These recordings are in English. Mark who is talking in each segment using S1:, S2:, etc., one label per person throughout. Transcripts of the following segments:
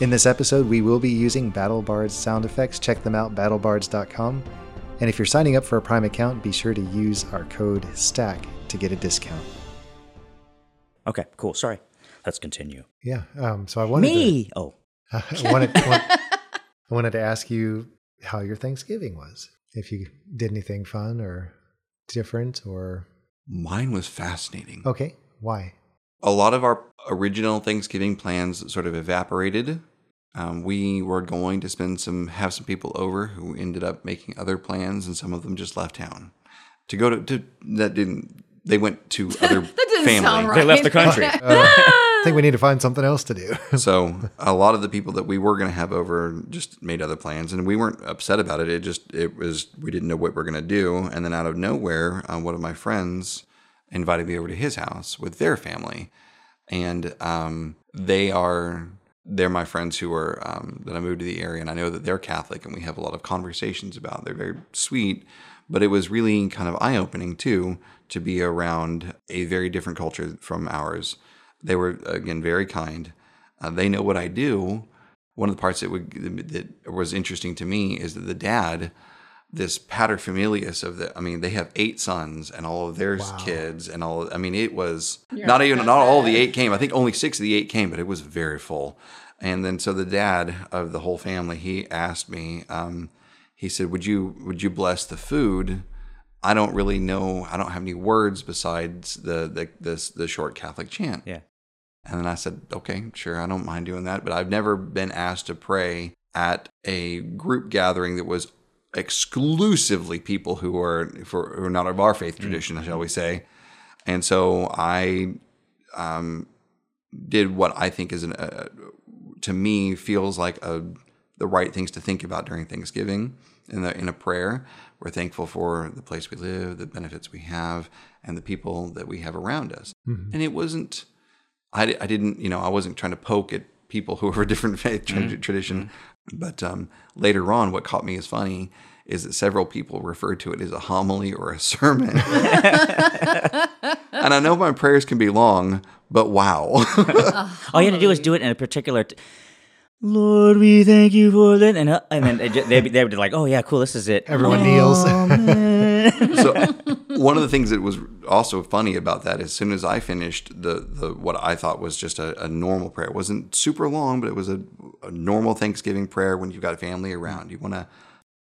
S1: In this episode, we will be using Battle Bard's sound effects. Check them out, battlebards.com. And if you're signing up for a Prime account, be sure to use our code STACK to get a discount.
S2: Okay, cool. Sorry. Let's continue.
S1: Yeah. Um, so I wanted
S2: Me. Oh,
S1: to I wanted, want- I wanted to ask you how your Thanksgiving was. If you did anything fun or different or
S3: Mine was fascinating.
S1: okay, why?
S3: A lot of our original Thanksgiving plans sort of evaporated. Um, we were going to spend some, have some people over who ended up making other plans, and some of them just left town to go to. to that didn't. They went to other
S4: That doesn't
S3: family.
S4: sound right.
S2: they left the country.
S1: uh, I think we need to find something else to do.
S3: So a lot of the people that we were going to have over just made other plans, and we weren't upset about it. It just it was we didn't know what we are going to do, and then out of nowhere, uh, one of my friends invited me over to his house with their family, and um, they are they're my friends who are um, that I moved to the area, and I know that they're Catholic, and we have a lot of conversations about. They're very sweet, but it was really kind of eye opening too to be around a very different culture from ours. They were again very kind. Uh, they know what I do. One of the parts that would that was interesting to me is that the dad, this paterfamilias of the, I mean, they have eight sons and all of their kids and all. I mean, it was not even not all the eight came. I think only six of the eight came, but it was very full. And then so the dad of the whole family, he asked me. Um, he said, "Would you would you bless the food?" I don't really know. I don't have any words besides the the this the short Catholic chant.
S2: Yeah.
S3: And then I said, okay, sure, I don't mind doing that. But I've never been asked to pray at a group gathering that was exclusively people who are for who are not of our faith tradition, shall we say. And so I um, did what I think is an, uh, to me feels like a the right things to think about during Thanksgiving in the in a prayer. We're thankful for the place we live, the benefits we have, and the people that we have around us. And it wasn't. I, I didn't, you know, I wasn't trying to poke at people who were different faith tra- tradition. But um, later on, what caught me as funny is that several people referred to it as a homily or a sermon. and I know my prayers can be long, but wow.
S2: all you had to do was do it in a particular. T- Lord, we thank you for that, and, uh, and then they ju- they'd be, they'd be like, "Oh yeah, cool, this is it."
S1: Everyone kneels.
S3: so one of the things that was also funny about that, as soon as I finished the, the what I thought was just a, a normal prayer, it wasn't super long, but it was a, a normal Thanksgiving prayer. When you've got a family around, you want to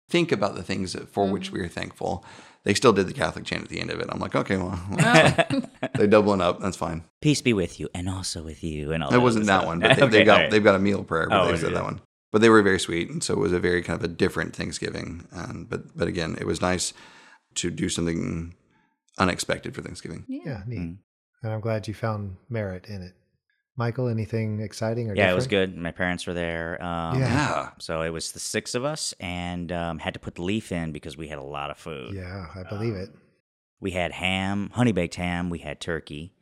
S3: think about the things that, for
S2: Mm-hmm.
S3: which we are thankful. They still did the Catholic chant at the end of it. I'm like, okay, well,
S2: Oh.
S3: they're doubling up. That's fine.
S2: Peace be with you, and also with you, and all.
S3: That
S2: Oh, that
S3: wasn't
S2: stuff.
S3: that one, but they,
S2: Okay,
S3: they've got
S2: all right.
S3: they've got a meal prayer. But
S2: Oh,
S3: they said
S2: yeah.
S3: that one. But they were very sweet, and so it was a very kind of a different Thanksgiving. Um, but but again, it was nice to do something unexpected for Thanksgiving.
S1: yeah, neat.
S2: hmm.
S1: And I'm glad you found merit in it. Michael, anything exciting or
S2: yeah, it was
S1: different?
S2: good. My parents were there. Um,
S1: Yeah.
S3: Yeah.
S2: So it was the six of us, and um, had to put the leaf in because we had a lot of food.
S1: Yeah, I believe
S2: Um,
S1: it.
S2: We had ham, honey baked ham. We had turkey.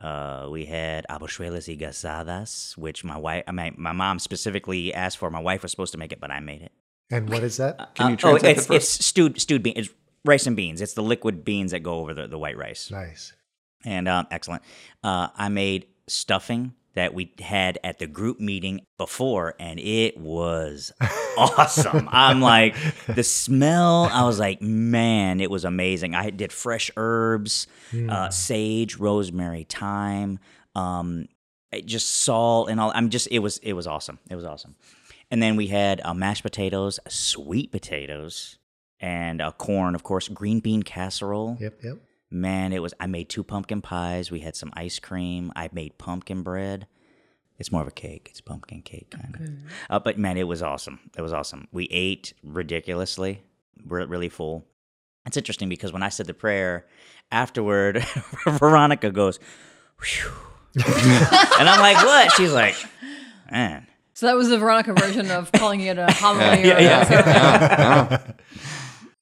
S2: Uh, we had abuelas y gasadas, which my wife, I mean, my mom specifically asked for. My wife was supposed to make it, but I made it.
S1: And what is that?
S3: Can you
S2: oh,
S3: translate
S2: it's
S3: that for
S2: it's stewed stewed beans. It's rice and beans. It's the liquid beans that go over the, the white rice.
S1: nice.
S2: And um, excellent. Uh, I made stuffing that we had at the group meeting before, and it was awesome. I'm like, the smell, I was like, man, it was amazing. I did fresh herbs,
S1: Hmm.
S2: uh, sage, rosemary, thyme, um, it just salt, and all. I'm just, it was, it was awesome. It was awesome. And then we had uh, mashed potatoes, sweet potatoes, and uh, corn, of course, green bean casserole.
S1: Yep, yep.
S2: Man, it was. I made two pumpkin pies. We had some ice cream. I made pumpkin bread. It's more of a cake. It's pumpkin cake kind of. Uh, but man, it was awesome. It was awesome. We ate ridiculously. We're really full. It's interesting because when I said the prayer afterward, Veronica goes, "Phew," and I'm like, "What?" She's like, "Man,
S4: So that was the Veronica version of calling it a homily.
S2: Yeah,
S4: or
S2: yeah,
S4: a sermon.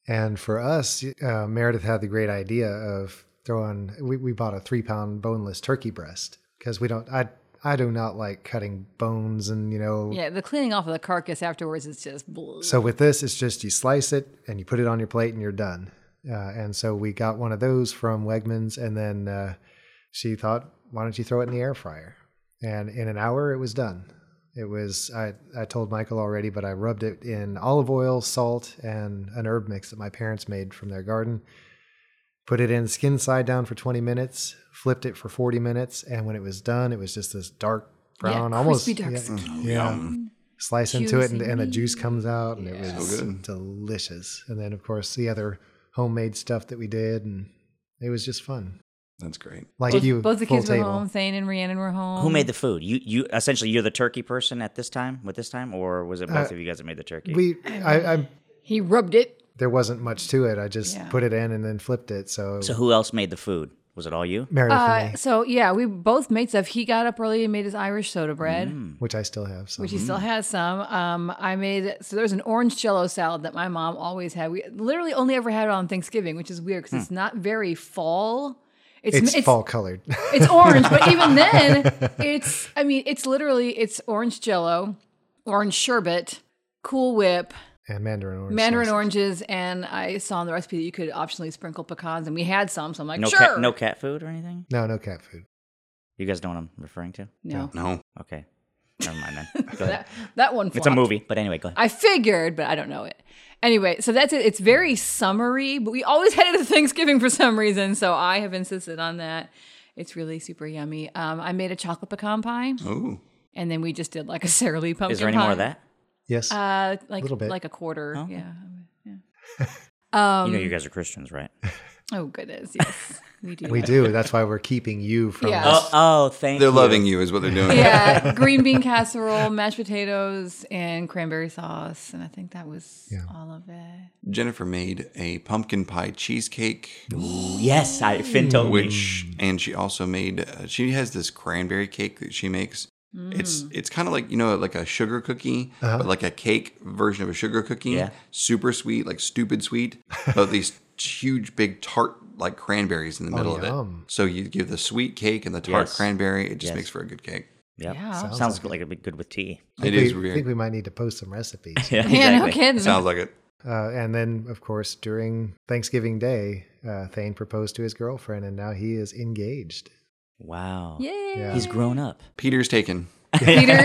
S1: And for us, uh, Meredith had the great idea of throwing. We, we bought a three pound boneless turkey breast because we don't. I I do not like cutting bones and you know.
S4: Yeah, the cleaning off of the carcass afterwards is just. bleh.
S1: So with this, it's just you slice it and you put it on your plate and you're done. Uh, and so we got one of those from Wegmans, and then uh, she thought, "Why don't you throw it in the air fryer?" And in an hour, it was done. It was I, I told Michael already, but I rubbed it in olive oil, salt, and an herb mix that my parents made from their garden. Put it in skin side down for 20 minutes, flipped it for 40 minutes, and when it was done, it was just this dark brown, almost
S4: crispy dark
S1: yeah,
S4: skin.
S1: yeah. Slice into it, and,
S4: Juicy
S1: and the juice comes out, and it
S4: Yeah.
S1: was
S3: So good.
S1: delicious. And then, of course, the other homemade stuff that we did, and it was just fun.
S3: That's great.
S1: Like
S4: Both,
S1: you,
S4: both the
S1: full
S4: kids
S1: table.
S4: were home. Thane and Rhiannon were home.
S2: Who made the food? You you essentially you're the turkey person at this time with this time, or was it both of you guys that made the turkey?
S1: We, I, I,
S4: He rubbed it.
S1: there wasn't much to it. I just
S4: Yeah.
S1: put it in and then flipped it. So,
S2: so who else made the food? Was it all you?
S1: Meredith and
S4: Uh,
S1: me,
S4: so yeah, we both made stuff. He got up early and made his Irish soda bread,
S2: Mm.
S1: which I still have. So
S4: which he still has some. Um, I made so there's an orange Jello salad that my mom always had. We literally only ever had it on Thanksgiving, which is weird
S2: Hmm.
S4: because it's not very fall.
S1: it's, fall colored.
S4: it's orange but even then it's i mean it's literally it's orange jello orange sherbet cool whip
S1: and Mandarin orange.
S4: mandarin
S1: sauce.
S4: oranges and i saw in the recipe that you could optionally sprinkle pecans and we had some so i'm like
S2: No
S4: sure
S2: cat no cat food or anything?
S1: No, no cat food.
S2: You guys know what I'm referring to?
S4: no
S3: No.
S2: Okay. Never mind then. Go ahead.
S4: that, that one
S2: It's a
S4: flopped.
S2: movie, but anyway, go ahead.
S4: i figured but i don't know it anyway so that's it it's very summery but we always had it at thanksgiving for some reason so i have insisted on that it's really super yummy um, i made a chocolate pecan pie
S3: Oh,
S4: and then we just did like a sara lee pumpkin
S2: Is there any
S4: pie.
S2: more of that?
S1: Yes.
S4: Uh, like
S1: Little bit.
S4: like a quarter.
S2: Oh.
S4: Yeah.
S2: you
S4: Um,
S2: know you guys are Christians, right?
S4: Oh goodness, yes, we do.
S1: we do. That's why we're keeping you from
S4: Yeah.
S1: us.
S2: Oh, oh thank
S3: they're
S2: you.
S3: loving you, is what they're doing.
S4: yeah, green bean casserole, mashed potatoes, and cranberry sauce, and I think that was all of it.
S3: Jennifer made a pumpkin pie cheesecake,
S2: Yes, I Finn told me.
S3: which and she also made. Uh, she has this cranberry cake that she makes. It's it's kind of like you know like a sugar cookie, but like a cake version of a sugar cookie.
S2: Yeah.
S3: super sweet, like stupid sweet, but these huge big tart like cranberries in the middle of
S1: yum.
S3: it. So you give the sweet cake and the tart
S2: Yes.
S3: cranberry. It just
S2: Yes.
S3: makes for a good cake.
S2: Yep.
S4: Yeah.
S2: Sounds, like it'd be good with tea.
S1: I
S3: It
S1: think
S3: is
S1: we,
S3: weird.
S1: think we might need to post some recipes.
S2: Yeah,
S4: Yeah, no
S2: exactly.
S4: kidding.
S3: Sounds like it.
S1: Uh, and then, of course, during Thanksgiving Day, uh, Thane proposed to his girlfriend, and now he is engaged.
S2: Wow.
S4: Yay!
S1: Yeah.
S2: He's grown up.
S3: Peter's taken.
S4: Peter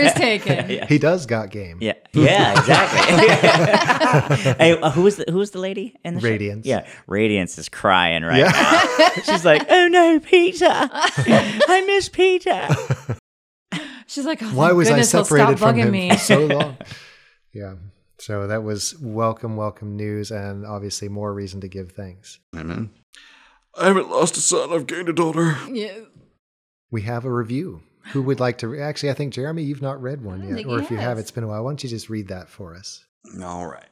S4: is taken.
S1: He does got game.
S2: Yeah. Yeah, exactly. hey, uh, who is the who is the lady in the show?
S1: Radiance.
S2: Yeah, Radiance is crying right
S1: Yeah.
S2: now. She's like, "Oh no, Peter. I miss Peter."
S4: She's like, oh,
S1: Why
S4: thank
S1: was I
S4: Oh, goodness, he'll
S1: separated
S4: stop
S1: from
S4: bugging
S1: him
S4: me?
S1: for so long? yeah. So that was welcome, welcome news, and obviously more reason to give thanks.
S3: Amen. I haven't lost a son. I've gained a daughter.
S4: yeah.
S1: We have a review. Who would like to? Re- Actually, I think Jeremy, you've not read one
S4: don't
S1: yet,
S4: think
S1: or
S4: he
S1: if you have,
S4: has.
S1: it's been a while. Why don't you just read that for us?
S3: All right.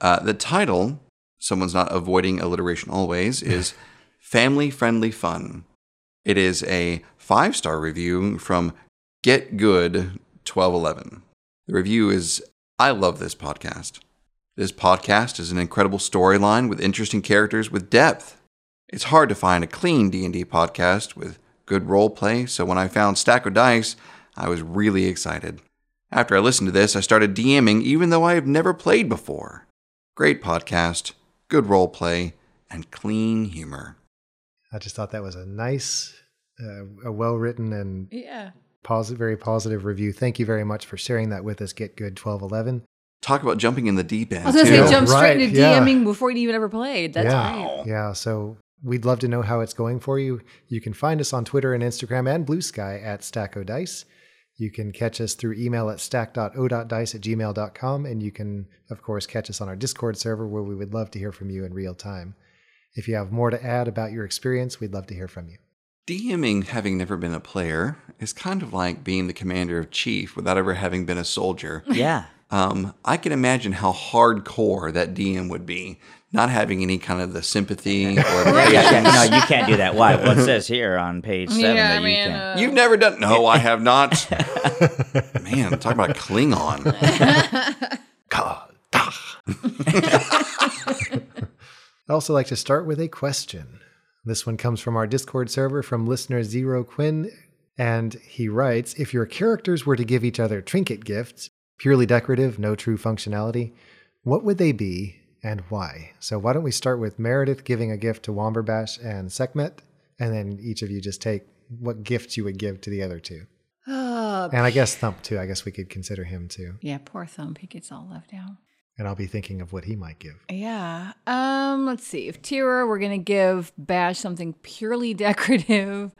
S3: Uh, the title, someone's not avoiding alliteration always, is Family Friendly Fun. It is a five star review from Get Good 1211. The review is I love this podcast. This podcast is an incredible storyline with interesting characters with depth. It's hard to find a clean D&D podcast with good role play, so when I found Stack of Dice, I was really excited. After I listened to this, I started DMing even though I have never played before. Great podcast, good role play, and clean humor.
S1: I just thought that was a nice, uh, a well written, and
S4: Yeah.
S1: positive, very positive review. Thank you very much for sharing that with us. Get good twelve eleven.
S3: Talk about jumping in the deep end.
S4: I was gonna
S1: Yeah,
S4: say
S3: too.
S4: jump
S1: right,
S4: straight into
S1: yeah.
S4: DMing before he'd even ever played. That's
S1: yeah.
S4: right.
S2: Oh,
S1: Yeah. So we'd love to know how it's going for you. You can find us on Twitter and Instagram and Blue Sky at Stack O Dice. You can catch us through email at stack.o.dice at gmail.com. And you can, of course, catch us on our Discord server where we would love to hear from you in real time. If you have more to add about your experience, we'd love to hear from you.
S3: DMing, having never been a player, is kind of like being the commander of chief without ever having been a soldier.
S2: Yeah.
S3: Um, I can imagine how hardcore that DM would be, not having any kind of the sympathy or
S2: Yeah, yeah, no, you can't do that. Why? What says here on page seven
S4: Yeah,
S2: that
S4: I
S2: you
S4: mean,
S2: can't?
S4: uh,
S3: You've never done. No, I have not. Man, talk about Klingon.
S1: I'd also like to start with a question. This one comes from our Discord server from listener Zero Quinn, and he writes If your characters were to give each other trinket gifts, purely decorative, no true functionality, what would they be and why? So, why don't we start with Meredith giving a gift to Womberbash and Sekhmet, and then each of you just take what gifts you would give to the other two.
S4: Thump.
S1: And I guess Thump too. I guess we could consider him too.
S4: uh, Yeah, poor Thump. He gets all left out.
S1: And I'll be thinking of what he might give.
S4: Yeah. Um, let's see. If Tira, we're gonna give Bash something purely decorative,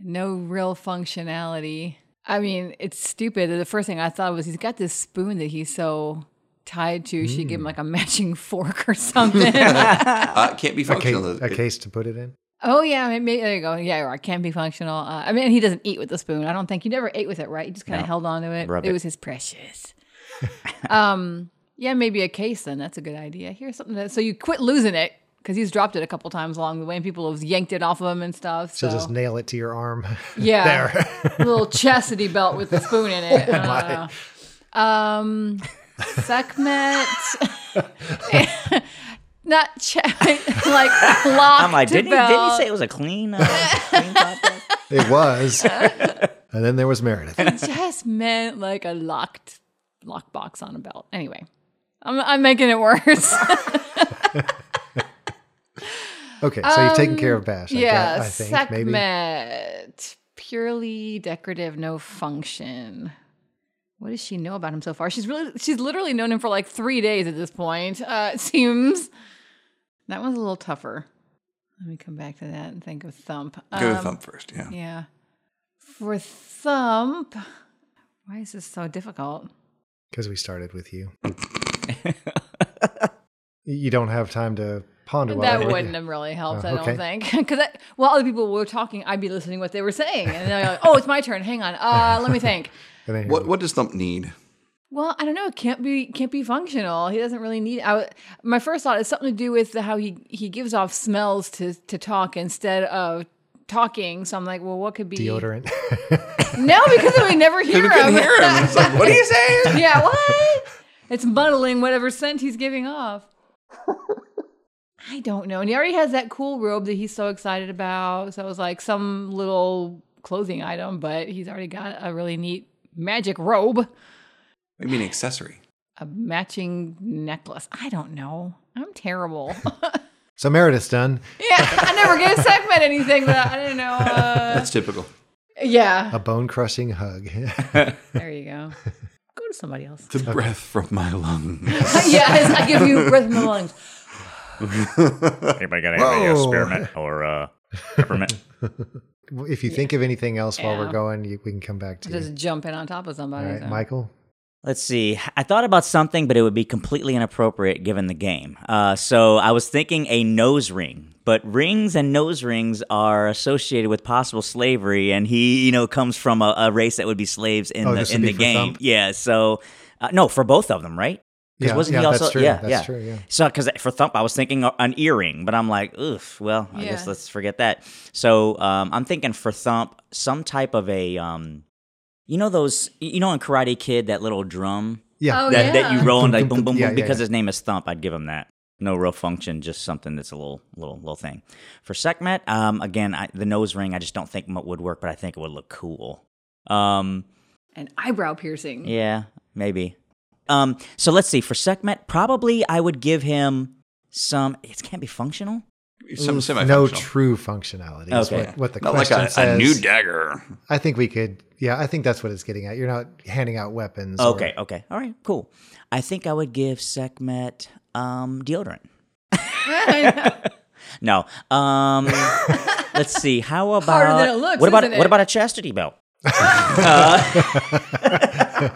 S4: no real functionality. I mean, it's stupid. The first thing I thought was he's got this spoon that he's so tied to. She gave him like a matching fork or something.
S3: Uh, can't be
S1: A, ca-
S3: functional.
S1: a case to put it in.
S4: oh yeah, I mean, maybe, there you go. Yeah, or I can't be functional. Uh, I mean, he doesn't eat with the spoon. I don't think he never ate with it, right? He just kind of
S2: No.
S4: held on to it.
S2: Rub
S4: it
S2: it.
S4: was his precious. um, yeah, maybe a case then. That's a good idea. Here's something that so you quit losing it because he's dropped it a couple times along the way, and people have yanked it off of him and stuff. So
S1: She'll just nail it to your arm.
S4: yeah,
S1: there.
S4: little chastity belt with the spoon in
S2: Oh,
S4: it. I don't know. Um, Sekhmet. Not cha- like locked.
S2: I'm like, didn't he, didn't he
S4: belt.
S2: say it was a clean, uh, clean podcast?
S1: it was. and then there was Meredith.
S4: just meant like a locked lock box on a belt. Anyway, I'm, I'm making it worse.
S1: Okay, so you've taken care of Bash. I gue-
S4: yeah,
S1: I think maybe.
S4: segment purely decorative, no function. What does she know about him so far? She's really she's literally known him for like three days at this point. Uh, it seems that one's a little tougher. Let me come back to that and think of Thump.
S3: Go
S4: Um,
S3: to thump first. Yeah.
S4: Yeah. For Thump, why is this so difficult?
S1: Because we started with you. you don't have time to ponder while I
S4: That
S1: look at-
S4: wouldn't have really helped,
S1: Oh,
S4: I don't
S1: okay.
S4: think. Because while other people were talking, I'd be listening what they were saying, and then I'm like, "Oh, it's my turn. Hang on. Uh, let me think."
S1: and then-
S3: What What does thump need?
S4: Well, I don't know. It can't be can't be functional. He doesn't really need. I, w- my first thought is something to do with how he he gives off smells to to talk instead of talking. So I'm like, well, what could be
S1: deodorant?
S4: No, because then we never hear
S3: We
S4: him.
S3: couldn't hear him. It's like, what are you saying?
S4: yeah, what? It's muddling whatever scent he's giving off. I don't know. And he already has that cool robe that he's so excited about. So it was like some little clothing item, but he's already got a really neat magic robe,
S3: I mean, accessory.
S4: a matching necklace. I don't know. I'm terrible.
S1: so Meredith's done.
S4: yeah, I never gave Segment anything, but I don't know. Uh,
S3: That's typical.
S4: yeah,
S1: A bone crushing hug.
S4: there you go. Go to somebody else.
S3: The breath from my lungs.
S4: yes, I give you breath in my lungs.
S2: Anybody got anybody got a
S1: Whoa.
S2: spearmint or uh, peppermint?
S1: if you think of anything else while
S4: Yeah.
S1: we're going, you, we can come back to
S4: Just
S1: you.
S4: jump in on top of somebody.
S1: All right,
S4: so.
S1: Michael.
S2: Let's see. I thought about something, but it would be completely inappropriate given the game. Uh, so I was thinking a nose ring, but rings and nose rings are associated with possible slavery, and he, you know, comes from a, a race that would be slaves in
S1: Oh, this
S2: the
S1: would
S2: in
S1: be
S2: the
S1: for
S2: game.
S1: Thump?
S2: Yeah. So uh, no, for both of them, right? 'Cause
S1: Yeah,
S2: wasn't
S1: yeah,
S2: he also?
S1: that's true.
S2: Yeah,
S1: that's
S2: yeah.
S1: true. Yeah.
S2: So, because for Thump, I was thinking an earring, but I'm like, oof. Well, I
S4: Yeah.
S2: guess let's forget that. So, um, I'm thinking for Thump, some type of a, um, you know, those, you know, in Karate Kid, that little drum
S1: Yeah.
S4: Oh,
S2: that, that
S4: yeah.
S2: you roll and
S1: Boom,
S2: like
S1: boom,
S2: boom, boom,
S1: yeah,
S2: boom.
S1: yeah,
S2: Because
S1: yeah.
S2: his name is Thump, I'd give him that. No real function, just something that's a little, little, little thing. For Sekhmet, um, again, I, the nose ring, I just don't think mo- would work, but I think it would look cool. Um,
S4: an eyebrow piercing.
S2: yeah, maybe. Um, so let's see. For Sekhmet, probably I would give him some. It can't be functional.
S3: Some semi
S1: No true functionality. Is
S2: Okay.
S1: what, what the
S3: Not like
S1: question
S3: a, a
S1: says.
S3: new dagger.
S1: I think we could. Yeah, I think that's what it's getting at. You're not handing out weapons. or-
S2: Okay, okay, all right, cool. I think I would give Sekhmet um, deodorant. No. Um, let's see. How about
S4: Harder than it looks,
S2: what about
S4: isn't it?
S2: what about a chastity belt? uh,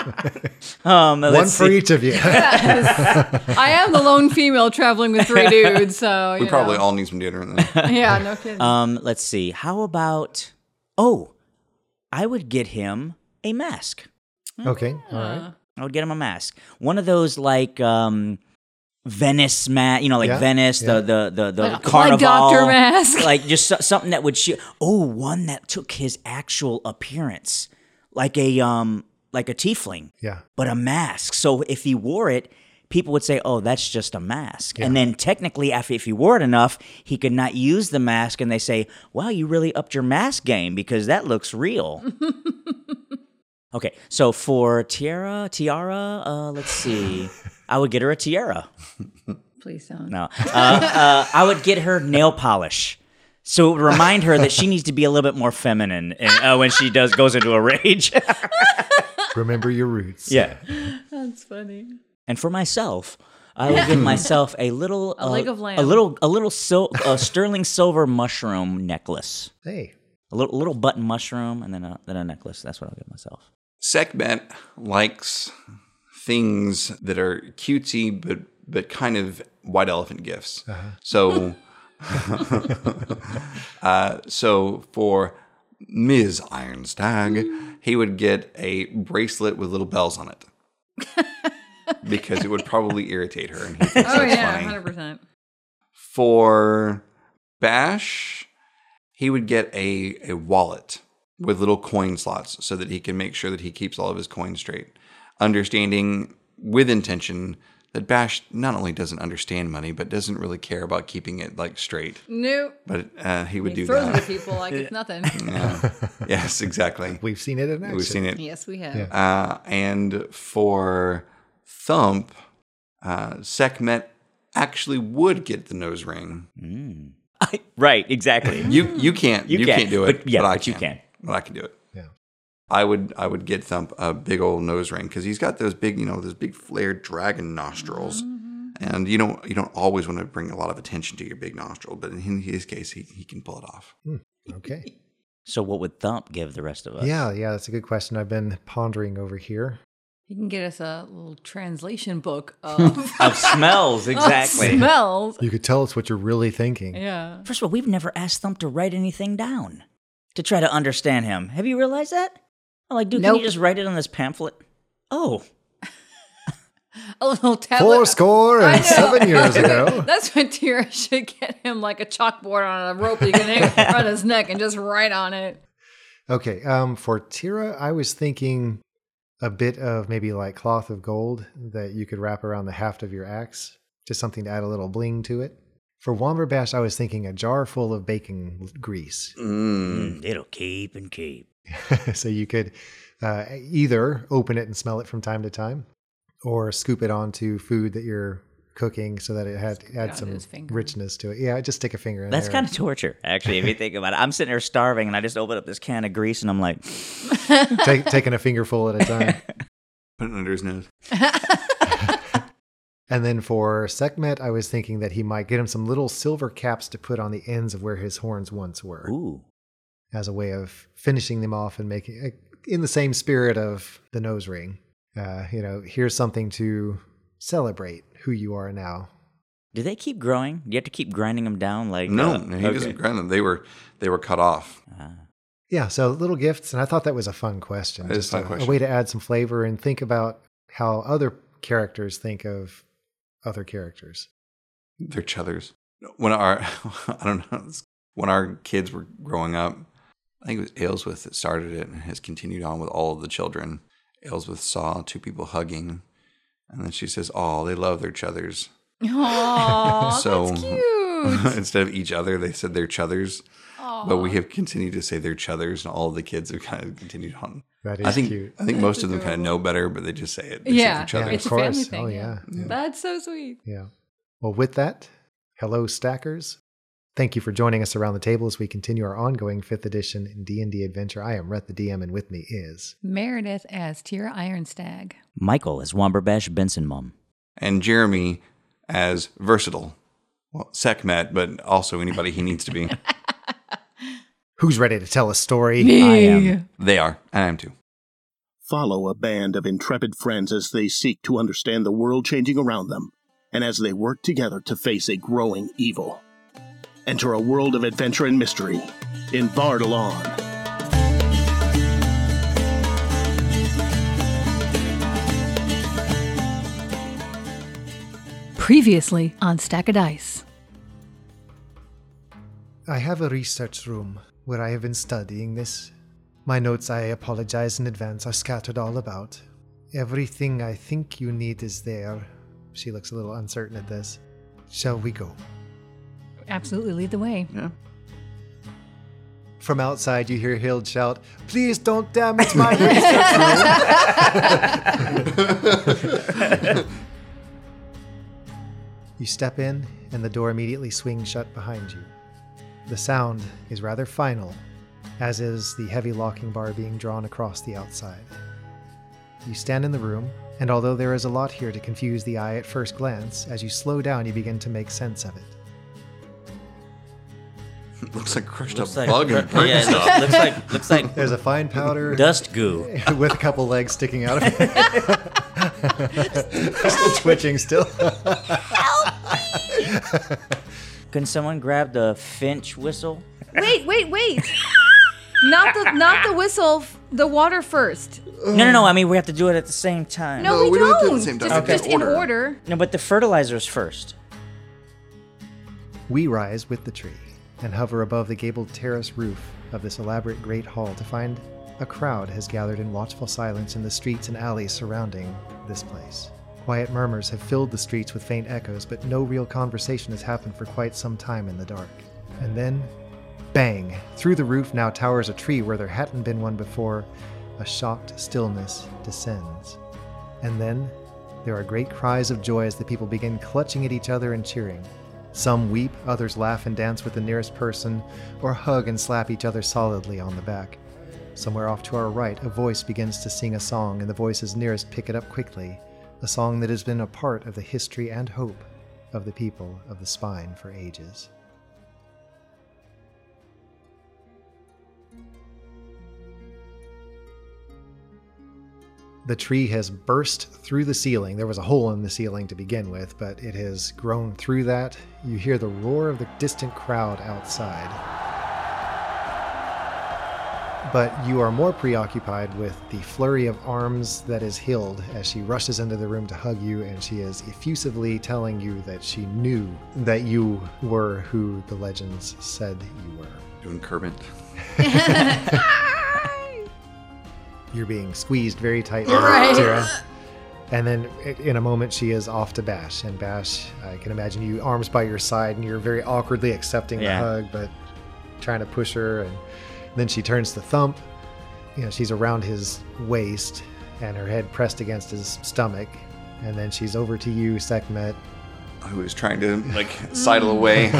S2: um,
S1: One
S2: let's
S1: for
S2: see.
S1: each of you.
S4: I am the lone female traveling with three dudes, so
S3: We
S4: you
S3: probably
S4: know.
S3: all need some deodorant. Then.
S4: yeah, no kidding.
S2: Um, let's see. How about oh, I would get him a mask.
S1: okay. All right.
S2: I would get him a mask. One of those like um Venice mat, you know, like
S1: Yeah,
S2: Venice,
S1: yeah.
S2: the the the the
S4: Like a
S2: carnival
S4: Doctor mask.
S2: like just so- something that would show. Oh, one that took his actual appearance, like a um like a tiefling,
S1: Yeah.
S2: but a mask. So if he wore it. People would say, "Oh, that's just a mask," and then technically, after if he wore it enough, he could not use the mask, and they say, "Wow, you really upped your mask game because that looks real." Okay, so for tiara, tiara, uh, let's see. I would get her a tiara.
S4: Please don't.
S2: No, uh, uh, I would get her nail polish. So remind her that she needs to be a little bit more feminine and, uh, when she does goes into a rage.
S1: Remember your roots.
S2: yeah.
S4: That's funny.
S2: And for myself, I will give myself a little uh,
S4: A leg of
S2: a
S4: lamb.
S2: little a little sil- a sterling silver mushroom necklace.
S1: Hey,
S2: A little, little button mushroom and then a, then a necklace. That's what I'll give myself.
S3: Sekhmet likes things that are cutesy, but but kind of white elephant gifts.
S4: Uh-huh.
S3: So, uh, so for Ms. Ironstag, he would get a bracelet with little bells on it because it would probably irritate her, and he thinks
S4: Oh
S3: that's
S4: yeah,
S3: funny.
S4: hundred percent.
S3: For Bash, he would get a, a wallet with little coin slots so that he can make sure that he keeps all of his coins straight. Understanding with intention that Bash not only doesn't understand money, but doesn't really care about keeping it like straight.
S4: Nope.
S3: But uh, he would
S4: He
S3: do
S4: throws it
S3: that.
S4: at people like it's nothing.
S3: yes, exactly.
S1: we've seen it in action.
S3: We've seen it.
S4: Yes, we have.
S1: Yeah.
S3: Uh, and for Thump, uh, Sekhmet actually would get the nose ring.
S2: right, exactly.
S3: You you can't
S2: Mm. You
S3: you,
S2: can,
S3: can't do it.
S2: but- yeah,
S3: I
S2: but you can.
S3: But I can do it.
S1: Yeah.
S3: I would I would get Thump a big old nose ring because he's got those big you know those big flared dragon nostrils,
S2: Mm-hmm.
S3: and you don't you don't always want to bring a lot of attention to your big nostril, but in his case he, he can pull it off.
S1: Okay.
S2: so what would Thump give the rest of us?
S1: Yeah, yeah, that's a good question. I've been pondering over here.
S4: He can get us a little translation book of
S2: Of smells, exactly.
S4: smells.
S1: You could tell us what you're really thinking.
S4: Yeah.
S2: First of all, we've never asked Thump to write anything down to try to understand him. Have you realized that? I'm like, dude, can
S4: Nope.
S2: you just write it on this pamphlet? Oh,
S4: A little tablet.
S1: Four score
S4: I know.
S1: and seven years ago.
S4: That's when Tira should get him like a chalkboard on a rope that he can hang around his neck and just write on it.
S1: Okay, um, for Tira, I was thinking a bit of maybe like cloth of gold that you could wrap around the haft of your axe, just something to add a little bling to it. For Womberbash, I was thinking a jar full of bacon grease.
S3: Mm.
S2: Mm, it'll keep and keep.
S1: so you could uh, either open it and smell it from time to time, or scoop it onto food that you're cooking so that it had
S4: out
S1: adds some
S4: his finger.
S1: richness to it. Yeah, just stick a finger in
S2: That's
S1: there.
S2: kind of torture, actually, if you think about it. I'm sitting there starving and I just open up this can of grease and I'm like,
S1: Take, taking a fingerful at a time.
S3: Put it under his nose.
S1: And then for Sekhmet, I was thinking that he might get him some little silver caps to put on the ends of where his horns once were
S2: ooh,
S1: as a way of finishing them off and making, uh, in the same spirit of the nose ring, uh, you know, here's something to celebrate who you are now.
S2: do they keep growing? Do you have to keep grinding them down? Like
S3: No,
S2: uh,
S3: he
S2: okay.
S3: doesn't grind them. They were they were cut off.
S2: Ah.
S1: Yeah, so little gifts. And I thought that was a fun question.
S3: That is a fun
S1: a,
S3: question.
S1: a way to add some flavor and think about how other characters think of other characters.
S3: They're chuthers. When our I don't know when our kids were growing up, I think it was Aylesworth that started it and has continued on with all of the children. Aylesworth saw two people hugging, and then she says, "Oh, they love their chuthers."
S4: Aww,
S3: So-
S4: that's cute.
S3: Instead of each other, they said their chuthers, but we have continued to say their chuthers, and all of the kids have kind of continued on.
S1: That is
S3: I think
S1: cute.
S3: I think most of them kind of know better, but they just say it. They
S4: Yeah,
S3: say their
S1: Yeah,
S3: chuthers.
S4: it's
S1: of
S4: a family
S1: course.
S4: thing.
S1: Oh, yeah.
S4: That's so sweet.
S1: Yeah. Well, with that, hello stackers. Thank you for joining us around the table as we continue our ongoing 5th edition D&D adventure. I am Rhett the DM and with me is
S4: Meredith as Tira Ironstag.
S2: Michael is Womberbash Benson mom.
S3: and Jeremy as versatile. Well, Sekhmet, but also anybody he needs to be.
S1: Who's ready to tell a story?
S2: I am.
S3: they are, and I am too.
S5: Follow a band of intrepid friends as they seek to understand the world changing around them and as they work together to face a growing evil. Enter a world of adventure and mystery in Bardalon.
S4: Previously on Stack of Dice.
S1: I have a research room where I have been studying this. My notes, I apologize in advance, are scattered all about. Everything I think you need is there. She looks a little uncertain at this. Shall we go?
S4: Absolutely lead the way.
S3: Yeah.
S1: From outside, you hear Hild shout, Please don't damage my research room. You step in, and the door immediately swings shut behind you. The sound is rather final, as is the heavy locking bar being drawn across the outside. You stand in the room, and although there is a lot here to confuse the eye at first glance, as you slow down, you begin to make sense of it.
S3: looks like crushed
S2: Looks
S3: up
S2: like-
S3: bug and
S2: yeah,
S3: burnt
S2: it looks-
S3: stuff.
S2: looks like looks like
S1: There's a fine powder
S2: dust goo.
S1: with a couple legs sticking out of it. still twitching, still.
S2: Can someone grab the Finch whistle?
S4: Wait, wait, wait. not the not the whistle, f- the water first.
S2: No, no, no. I mean, we have to do it at the same time.
S4: No,
S3: No,
S4: we,
S3: we don't
S4: don't.
S3: do it at the same time.
S4: Just,
S3: Okay.
S4: just in
S3: Order.
S4: order.
S2: No, but the fertilizer's first.
S1: We rise with the tree and hover above the gabled terrace roof of this elaborate great hall to find a crowd has gathered in watchful silence in the streets and alleys surrounding this place. Quiet murmurs have filled the streets with faint echoes, but no real conversation has happened for quite some time in the dark. And then, bang! Through the roof now towers a tree where there hadn't been one before. A shocked stillness descends. And then there are great cries of joy as the people begin clutching at each other and cheering. Some weep, others laugh and dance with the nearest person, or hug and slap each other solidly on the back. Somewhere off to our right, a voice begins to sing a song, and the voices nearest pick it up quickly, a song that has been a part of the history and hope of the people of the spine for ages. The tree has burst through the ceiling. There was a hole in the ceiling to begin with, but it has grown through that. You hear the roar of the distant crowd outside. But you are more preoccupied with the flurry of arms that is Hild as she rushes into the room to hug you, and she is effusively telling you that she knew that you were who the legends said you were.
S3: Doing Kermit.
S1: you're being squeezed very tightly,
S4: Right.
S1: Tira. And then i- in a moment, she is off to Bash. And Bash, I can imagine you, arms by your side, and you're very awkwardly accepting
S2: Yeah.
S1: the hug, but trying to push her. And then she turns to Thump. You know, she's around his waist and her head pressed against his stomach. And then she's over to you, Sekhmet.
S3: Who is trying to like sidle away?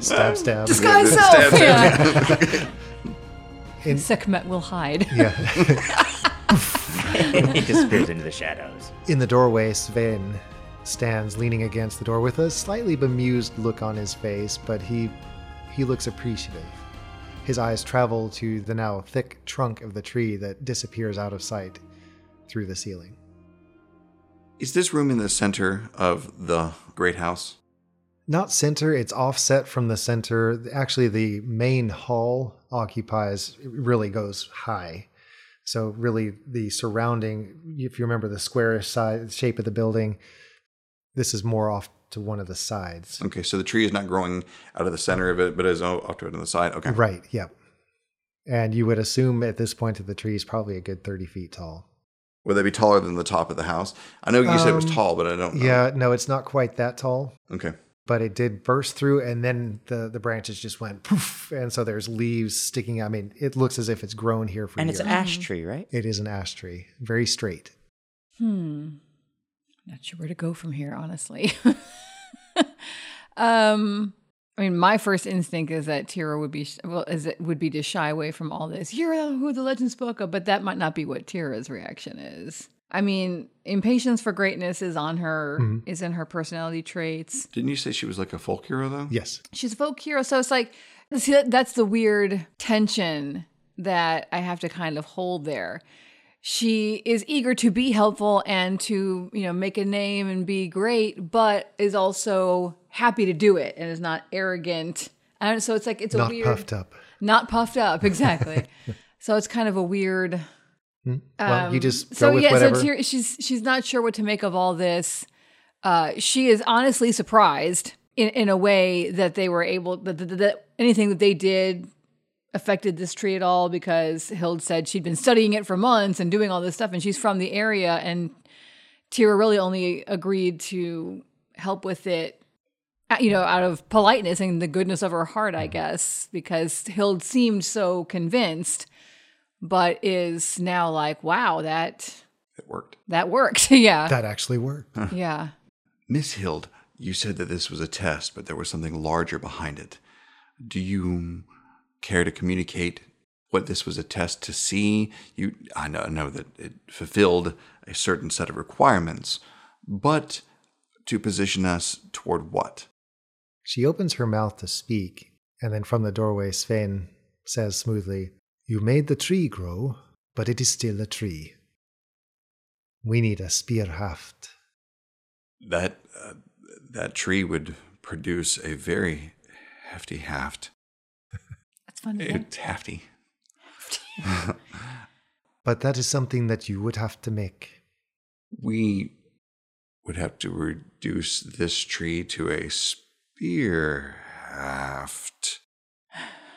S1: Stab, stab.
S4: Disguise
S3: Yeah,
S4: self.
S3: stab,
S4: Yeah.
S1: In-
S4: Sekhmet will hide.
S1: yeah.
S2: it disappears into the shadows.
S1: In the doorway, Sven stands leaning against the door with a slightly bemused look on his face, but he he looks appreciative. His eyes travel to the now thick trunk of the tree that disappears out of sight through the ceiling.
S3: Is this room in the center of the great house?
S1: Not center, it's offset from the center. Actually, the main hall occupies really goes high. So really the surrounding, if you remember the squarish side shape of the building, this is more off to one of the sides.
S3: Okay, so the tree is not growing out of the center of it, but is o- off to the side. Okay.
S1: Right. Yep. And you would assume at this point that the tree is probably a good thirty feet tall.
S3: Would they be taller than the top of the house? I know you said it was
S1: Um,
S3: tall, but I don't know.
S1: Yeah. No, it's not quite that tall,
S3: Okay.
S1: but it did burst through, and then the the branches just went poof, and so there's leaves sticking. I mean, it looks as if it's grown here for
S2: And
S1: years.
S2: it's an ash tree, right?
S1: it is an ash tree, very straight.
S4: Hmm. Not sure where to go from here, honestly. um, I mean, my first instinct is that Tira would be well, is it would be to shy away from all this. You're who the legend spoke of, but that might not be what Tira's reaction is. I mean, impatience for greatness is on her,
S1: Mhm.
S4: is in her personality traits.
S3: Didn't you say she was like a folk hero though?
S1: Yes.
S4: She's a folk hero, so it's like see, that- that's the weird tension that I have to kind of hold there. She is eager to be helpful and to you know make a name and be great, but is also happy to do it and is not arrogant. And so it's like it's a
S1: Not
S4: weird,
S1: puffed up.
S4: not puffed up, exactly. so it's kind of a weird
S1: Hmm? well, you
S4: um,
S1: just go
S4: so
S1: with
S4: yeah,
S1: whatever.
S4: so Tyr- she's she's not sure what to make of all this. Uh, she is honestly surprised in, in a way that they were able that, that, that anything that they did affected this tree at all because Hild said she'd been studying it for months and doing all this stuff, and she's from the area, and Tira really only agreed to help with it. uh, You know, out of politeness and the goodness of her heart, I guess, because Hild seemed so convinced but is now like, wow, that
S3: It worked.
S4: that worked. yeah.
S1: that actually worked.
S4: yeah.
S3: Miss Hild, you said that this was a test, but there was something larger behind it. Do you care to communicate what this was a test to see? You, I know, I know that it fulfilled a certain set of requirements, but to position us toward what?
S1: She opens her mouth to speak, and then from the doorway, Sven says smoothly, You made the tree grow, but it is still a tree. We need a spearhaft.
S3: That uh, that tree would produce a very hefty haft.
S4: That's funny.
S3: It's hefty.
S1: But that is something that you would have to make.
S3: we would have to reduce this tree to a spear haft.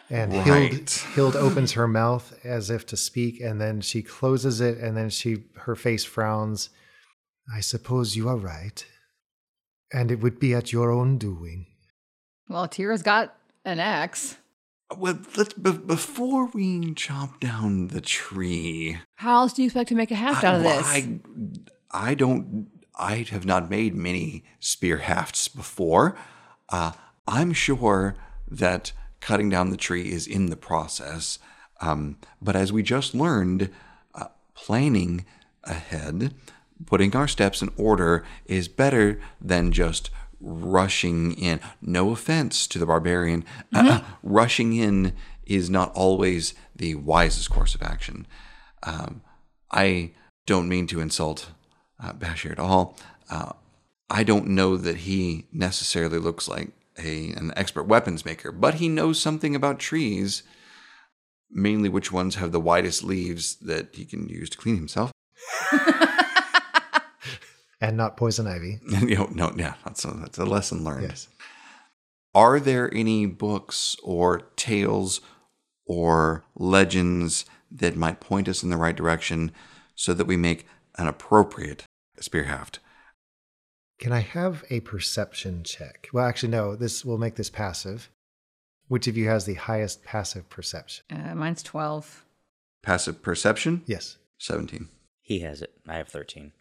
S1: And
S3: Right.
S1: Hild, Hild opens her mouth as if to speak, and then she closes it, and then she her face frowns. I suppose you are right. And it would be at your own doing.
S4: Well, Tira's got an axe.
S3: Well, let's be- before we chop down the tree.
S4: How else do you expect to make a haft out of this?
S3: I, I don't. I have not made many spear hafts before. Uh, I'm sure that cutting down the tree is in the process. Um, but as we just learned, uh, planning ahead, putting our steps in order is better than just rushing in. No offense to the barbarian, Uh,
S4: Mm-hmm.
S3: rushing in is not always the wisest course of action. Um, I don't mean to insult uh, Bashir at all. Uh, I don't know that he necessarily looks like a an expert weapons maker, but he knows something about trees, mainly which ones have the widest leaves that he can use to clean himself.
S1: And not poison ivy.
S3: you know, no, yeah, that's a, that's a lesson learned.
S1: Yes.
S3: Are there any books or tales or legends that might point us in the right direction so that we make an appropriate spear haft?
S1: Can I have a perception check? Well, actually, no, this will make this passive. Which of you has the highest passive perception?
S4: uh, mine's 12.
S3: Passive perception?
S1: Yes.
S3: 17.
S2: He has it. I have 13.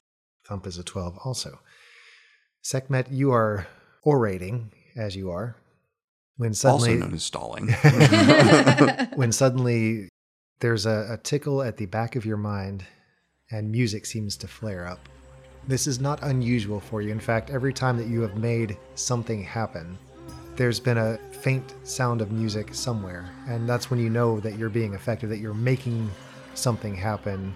S1: Thump is a 12 also. Sekhmet, you are orating as you are. When suddenly,
S3: also known as stalling.
S1: when suddenly there's a, a tickle at the back of your mind and music seems to flare up. This is not unusual for you. In fact, every time that you have made something happen, there's been a faint sound of music somewhere. And that's when you know that you're being effective, that you're making something happen.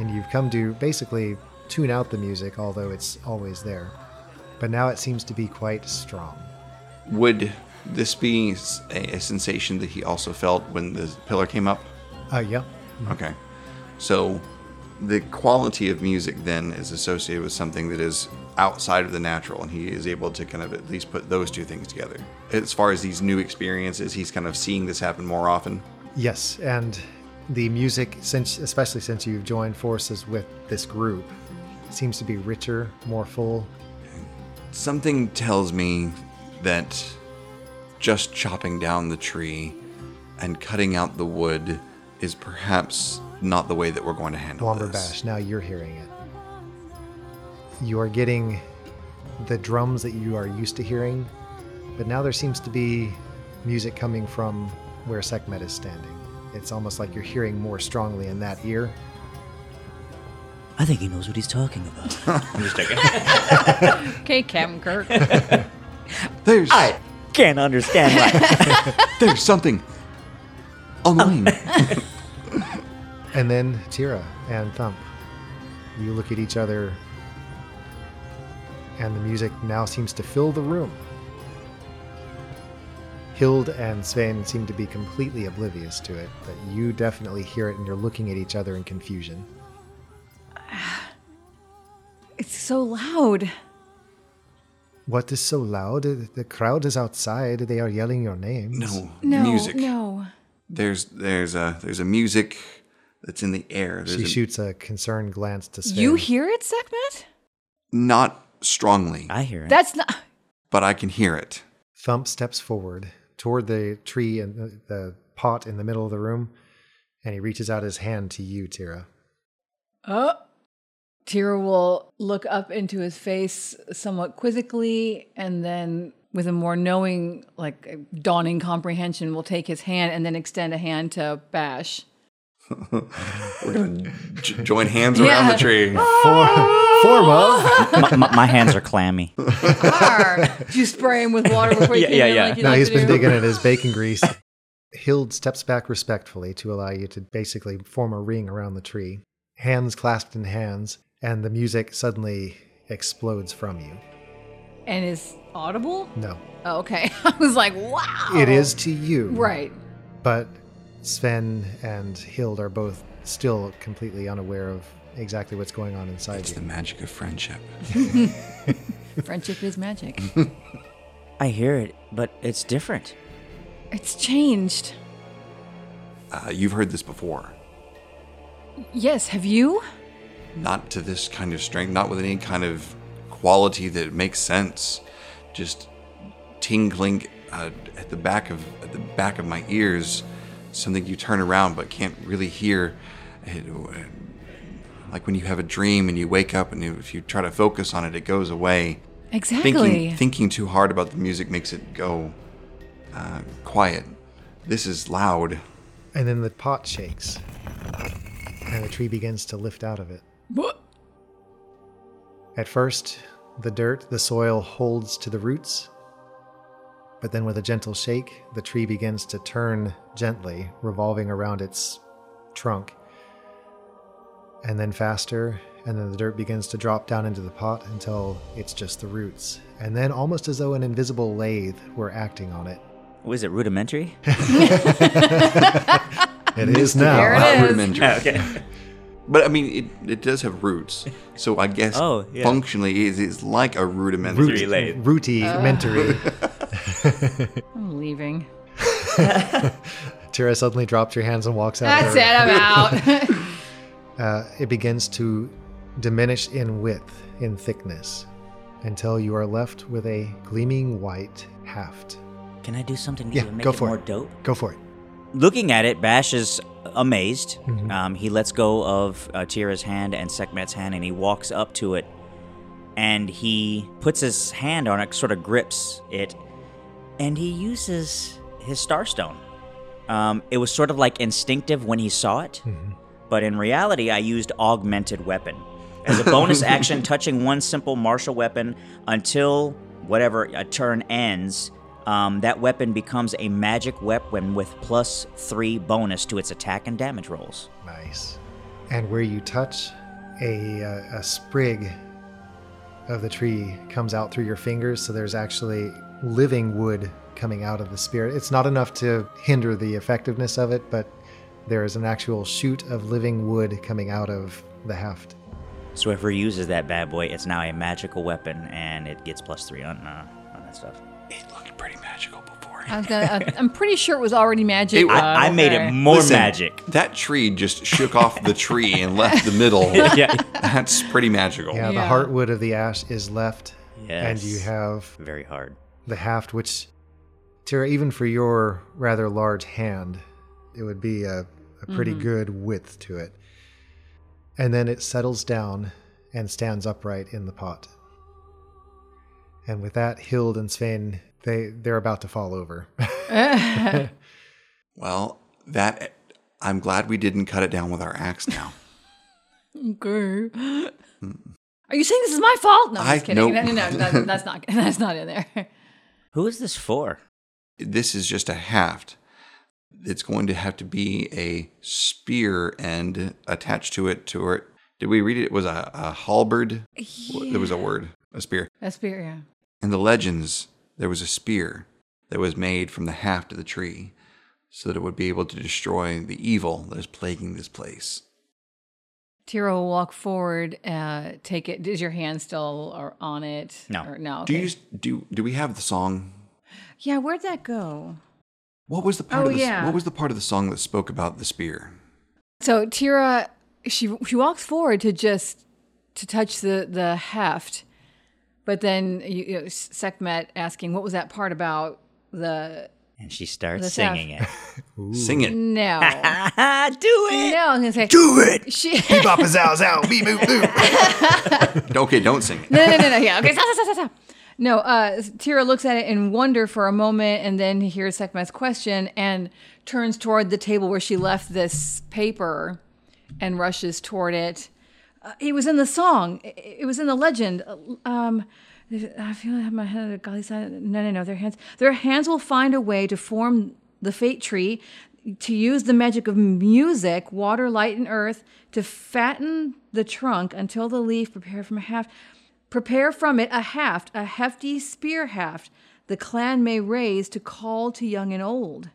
S1: And you've come to basically tune out the music, although it's always there. But now it seems to be quite strong.
S3: Would this be s- a, a sensation that he also felt when the pillar came up?
S1: Uh, yeah.
S3: Okay. So the quality of music then is associated with something that is outside of the natural, and he is able to kind of at least put those two things together. As far as these new experiences, he's kind of seeing this happen more often.
S1: Yes, and the music, since especially since you've joined forces with this group, seems to be richer, more full.
S3: Something tells me that just chopping down the tree and cutting out the wood is perhaps not the way that we're going to handle
S1: Blomber
S3: this.
S1: Bash, now you're hearing it. You are getting the drums that you are used to hearing, but now there seems to be music coming from where Sekhmet is standing. It's almost like you're hearing more strongly in that ear.
S2: I think he knows what he's talking about. I'm just joking.
S4: Okay, Captain Kirk.
S3: There's
S2: I can't understand why.
S3: there's something online.
S4: Oh.
S1: And then Tira and Thump. You look at each other, and the music now seems to fill the room. Hild and Sven seem to be completely oblivious to it, but you definitely hear it and you're looking at each other in confusion.
S4: it's so loud.
S1: What is so loud? The crowd is outside. They are yelling your names.
S3: no,
S4: No,
S3: music.
S4: no.
S3: There's there's a there's a music that's in the air. There's
S1: She
S3: a-
S1: shoots a concerned glance to Sven.
S4: You hear it, Sekhmet?
S3: not strongly,
S2: I hear it.
S4: That's not.
S3: but I can hear it.
S1: Thump steps forward toward the tree and the, the pot in the middle of the room, and he reaches out his hand to you, Tira.
S4: Oh. Tira will look up into his face somewhat quizzically and then with a more knowing, like dawning comprehension, will take his hand and then extend a hand to Bash.
S3: We're gonna j- join hands around
S4: Yeah. Ah.
S3: the tree.
S1: Form, form of.
S2: my, my, my hands are clammy.
S4: Arr! Did you spray him with water before he
S2: Yeah,
S4: came
S2: yeah,
S4: in
S2: yeah.
S4: like you
S1: No,
S4: like
S1: he's
S4: to
S1: been
S4: do?
S1: digging at his bacon grease. Hild steps back respectfully to allow you to basically form a ring around the tree, hands clasped in hands, and the music suddenly explodes from you.
S4: And is audible?
S1: No,
S4: Oh, okay. I was like, wow.
S1: it is to you.
S4: Oh, Right.
S1: But Sven and Hild are both still completely unaware of exactly what's going on inside
S3: It's
S1: you.
S3: the magic of friendship.
S4: Friendship is magic.
S2: I hear it, but it's different.
S4: it's changed.
S3: Uh, you've heard this before.
S4: Yes, have you?
S3: Not to this kind of strength, not with any kind of quality that makes sense. Just tingling uh, at the back of at the back of my ears. Something you turn around but can't really hear. It, uh, like when you have a dream and you wake up and you, if you try to focus on it, it goes away.
S4: Exactly.
S3: thinking thinking too hard about the music makes it go uh, quiet. This is loud.
S1: And then the pot shakes, and the tree begins to lift out of it.
S4: What?
S1: At first, the dirt, the soil holds to the roots, but then with a gentle shake, the tree begins to turn gently, revolving around its trunk. And then faster, and then the dirt begins to drop down into the pot until it's just the roots. And then, almost as though an invisible lathe were acting on it,
S2: Was it rudimentary?
S1: it is
S4: There it
S1: now.
S4: is.
S3: Not rudimentary.
S2: okay.
S3: But I mean, it, it does have roots. So I guess
S2: Oh, yeah.
S3: functionally, it is like a rudimentary.
S1: Root,
S2: lathe.
S1: rooty, mentary.
S4: I'm leaving.
S1: Tara suddenly drops her hands and walks out. of
S4: That's
S1: the
S4: it,
S1: room.
S4: I'm out.
S1: uh, it begins to diminish in width, in thickness, until you are left with a gleaming white haft.
S2: Can I do something to
S1: Yeah,
S2: even make
S1: go
S2: it
S1: for
S2: more
S1: it.
S2: dope?
S1: Go for it.
S2: Looking at it, Bash is amazed.
S1: Mm-hmm.
S2: Um, he lets go of uh, Tira's hand and Sekhmet's hand, and he walks up to it, and he puts his hand on it, sort of grips it, and he uses his starstone. Um, it was sort of like instinctive when he saw it, but in reality, I used augmented weapon as a bonus action, touching one simple martial weapon until whatever a turn ends. Um, that weapon becomes a magic weapon with plus three bonus to its attack and damage rolls.
S1: Nice. And where you touch, a, uh, a sprig of the tree comes out through your fingers, so there's actually living wood coming out of the spirit. It's not enough to hinder the effectiveness of it, but there is an actual shoot of living wood coming out of the haft.
S2: So whoever uses that bad boy, it's now a magical weapon, and it gets plus three on uh, on that stuff.
S3: It looked pretty magical before.
S4: I was gonna, uh, I'm pretty sure it was already magic. Oh,
S3: It- I-
S4: but
S2: I made it
S4: okay.
S2: more
S3: Listen,
S2: magic.
S3: That tree just shook off the tree and left the middle.
S2: yeah,
S3: That's pretty magical.
S1: Yeah, the
S4: Yeah.
S1: heartwood of the ash is left, and you
S2: Yes.
S1: have
S2: very hard.
S1: the haft, which, Tara, even for your rather large hand, it would be a, a pretty good width to it. And then it settles down and stands upright in the pot. And with that, Hild and Sven, they, they're about to fall over.
S3: Well, that I'm glad we didn't cut it down with our axe now.
S4: Okay. Are you saying this is my fault? No, I'm
S3: I-
S4: just kidding.
S3: no.
S4: No, no, no, that- that's not. That's not in there.
S2: Who is this for?
S3: this is just a haft. It's going to have to be a spear end attached to it. To it, did we read it? It was a, a halberd. What- There was a word, a spear.
S4: That's beer. Yeah.
S3: In the legends, there was a spear that was made from the haft of the tree, so that it would be able to destroy the evil that is plaguing this place.
S4: Tira will walk forward. Uh, take it. Is your hand still or on it?
S2: No.
S4: Or, no.
S3: Do
S4: okay.
S3: you do? Do we have the song?
S4: Yeah. Where'd that go?
S3: What was the part?
S4: Oh,
S3: of the,
S4: yeah.
S3: What was the part of the song that spoke about the spear?
S4: So Tira, she she walks forward to just to touch the the heft, but then you, you know, Sekhmet asking, "What was that part about the
S2: And she starts
S4: The staff.
S2: singing it.
S3: Sing it.
S4: no?" no,
S2: Ah, do it!
S4: I'm gonna say
S1: Do it!
S4: she.
S1: Bebop a zow zow, bee boo boo.
S3: Okay, don't sing it.
S4: no, no, no, no. Yeah. Okay. Stop, stop, stop, stop. No, uh, Tira looks at it in wonder for a moment and then hears Sekhmet's question and turns toward the table where she left this paper and rushes toward it. Uh, it was in the song, it, it was in the legend. Um, I feel I have my head at a golly side. No, no, no. Their hands, their hands will find a way to form the fate tree, to use the magic of music, water, light, and earth, to fatten the trunk until the leaf prepare from a haft, prepare from it a haft, a hefty spear haft. The clan may raise to call to young and old.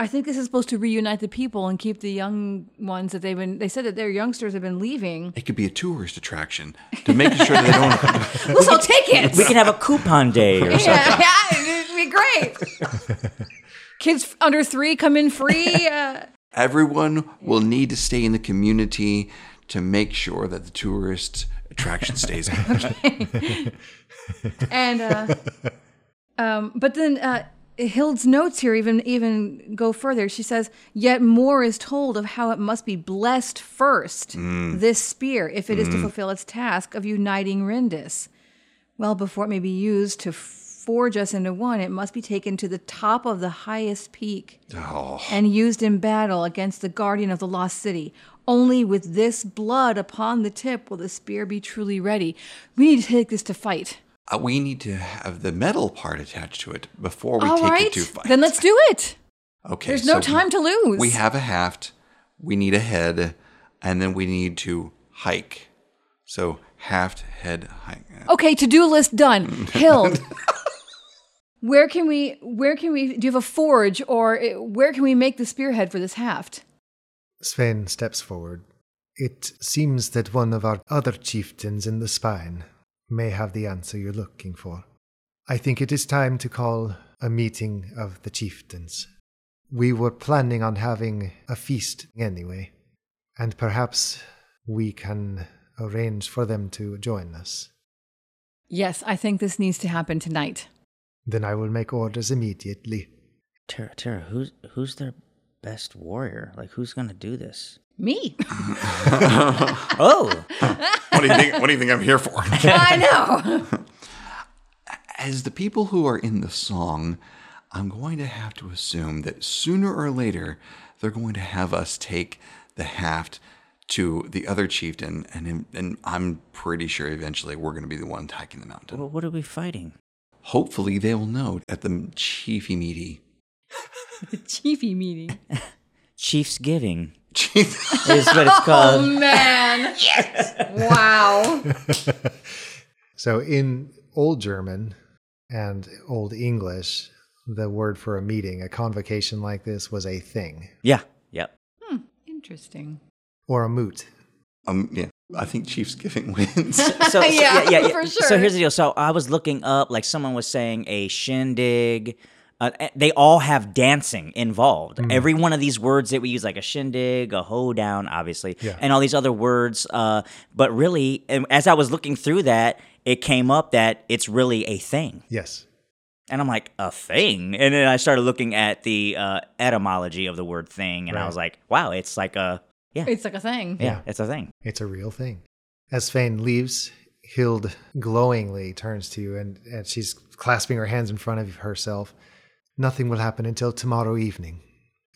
S4: I think this is supposed to reunite the people and keep the young ones that they've been. They said that their youngsters have been leaving.
S3: It could be a tourist attraction to make sure that they don't.
S4: Let's all take it.
S2: We can have a coupon day or something.
S4: Yeah, yeah, it'd be great. Kids f- under three come in free. Uh,
S3: Everyone will need to stay in the community to make sure that the tourist attraction stays.
S4: and uh, um, but then uh, Hild's notes here even even go further. She says, "Yet more is told of how it must be blessed first this spear, if it is to fulfill its task of uniting Rindis. Well, before it may be used to." Forge us into one, it must be taken to the top of the highest peak
S3: Oh.
S4: and used in battle against the guardian of the lost city. Only with this blood upon the tip will the spear be truly ready. We need to take this to fight.
S3: Uh, we need to have the metal part attached to it before we
S4: All
S3: take
S4: right,
S3: it to fight.
S4: then let's do it.
S3: Okay,
S4: There's no
S3: so
S4: time to lose.
S3: We have a haft. We need a head, and then we need to hike. So haft, head, hike.
S4: okay, to do list done. Hild, where can we? Where can we? Do you have a forge, or uh, where can we make the spearhead for this haft?
S1: Sven steps forward. It seems that one of our other chieftains in the spine may have the answer you're looking for. I think it is time to call a meeting of the chieftains. We were planning on having a feast anyway, and perhaps we can arrange for them to join us.
S4: Yes, I think this needs to happen tonight.
S1: Then I will make orders immediately.
S2: Tara, Tara, who's who's their best warrior? Like, who's gonna do this?
S4: Me,
S2: Oh,
S3: What do you think? What do you think I'm here for?
S4: I know.
S3: As the people who are in the song, I'm going to have to assume that sooner or later they're going to have us take the haft to the other chieftain, and and I'm pretty sure eventually we're going to be the one hiking the mountain.
S2: well, what are we fighting?
S3: Hopefully, they will know at the chiefy meaty.
S4: Chiefy meeting.
S2: Chiefs giving
S3: Chief.
S2: is what it's called.
S4: man. yes. Wow.
S1: So in Old German and Old English, the word for a meeting, a convocation like this, was a thing
S2: Yeah, yep.
S4: Hmm, interesting.
S1: or a moot.
S3: Um, yeah, I think Chief's giving wins.
S2: So, so-
S4: Yeah, for
S2: So
S4: sure.
S2: here's the deal. So I was looking up, like someone was saying a shindig. Uh, eh, they all have dancing involved. Every one of these words that we use, like a shindig, a hoedown, obviously,
S1: Yeah.
S2: and all these other words. Uh, but really, and as I was looking through that, it came up that it's really a thing.
S1: Yes.
S2: And I'm like, a thing? And then I started looking at the uh, etymology of the word thing, and I
S1: Right.
S2: was like, wow, it's like a,
S4: It's like a thing.
S2: yeah,
S1: Yeah.
S2: it's a thing.
S1: It's a real thing. As Fane leaves, Hild glowingly turns to you and, and she's clasping her hands in front of herself. Nothing will happen until tomorrow evening.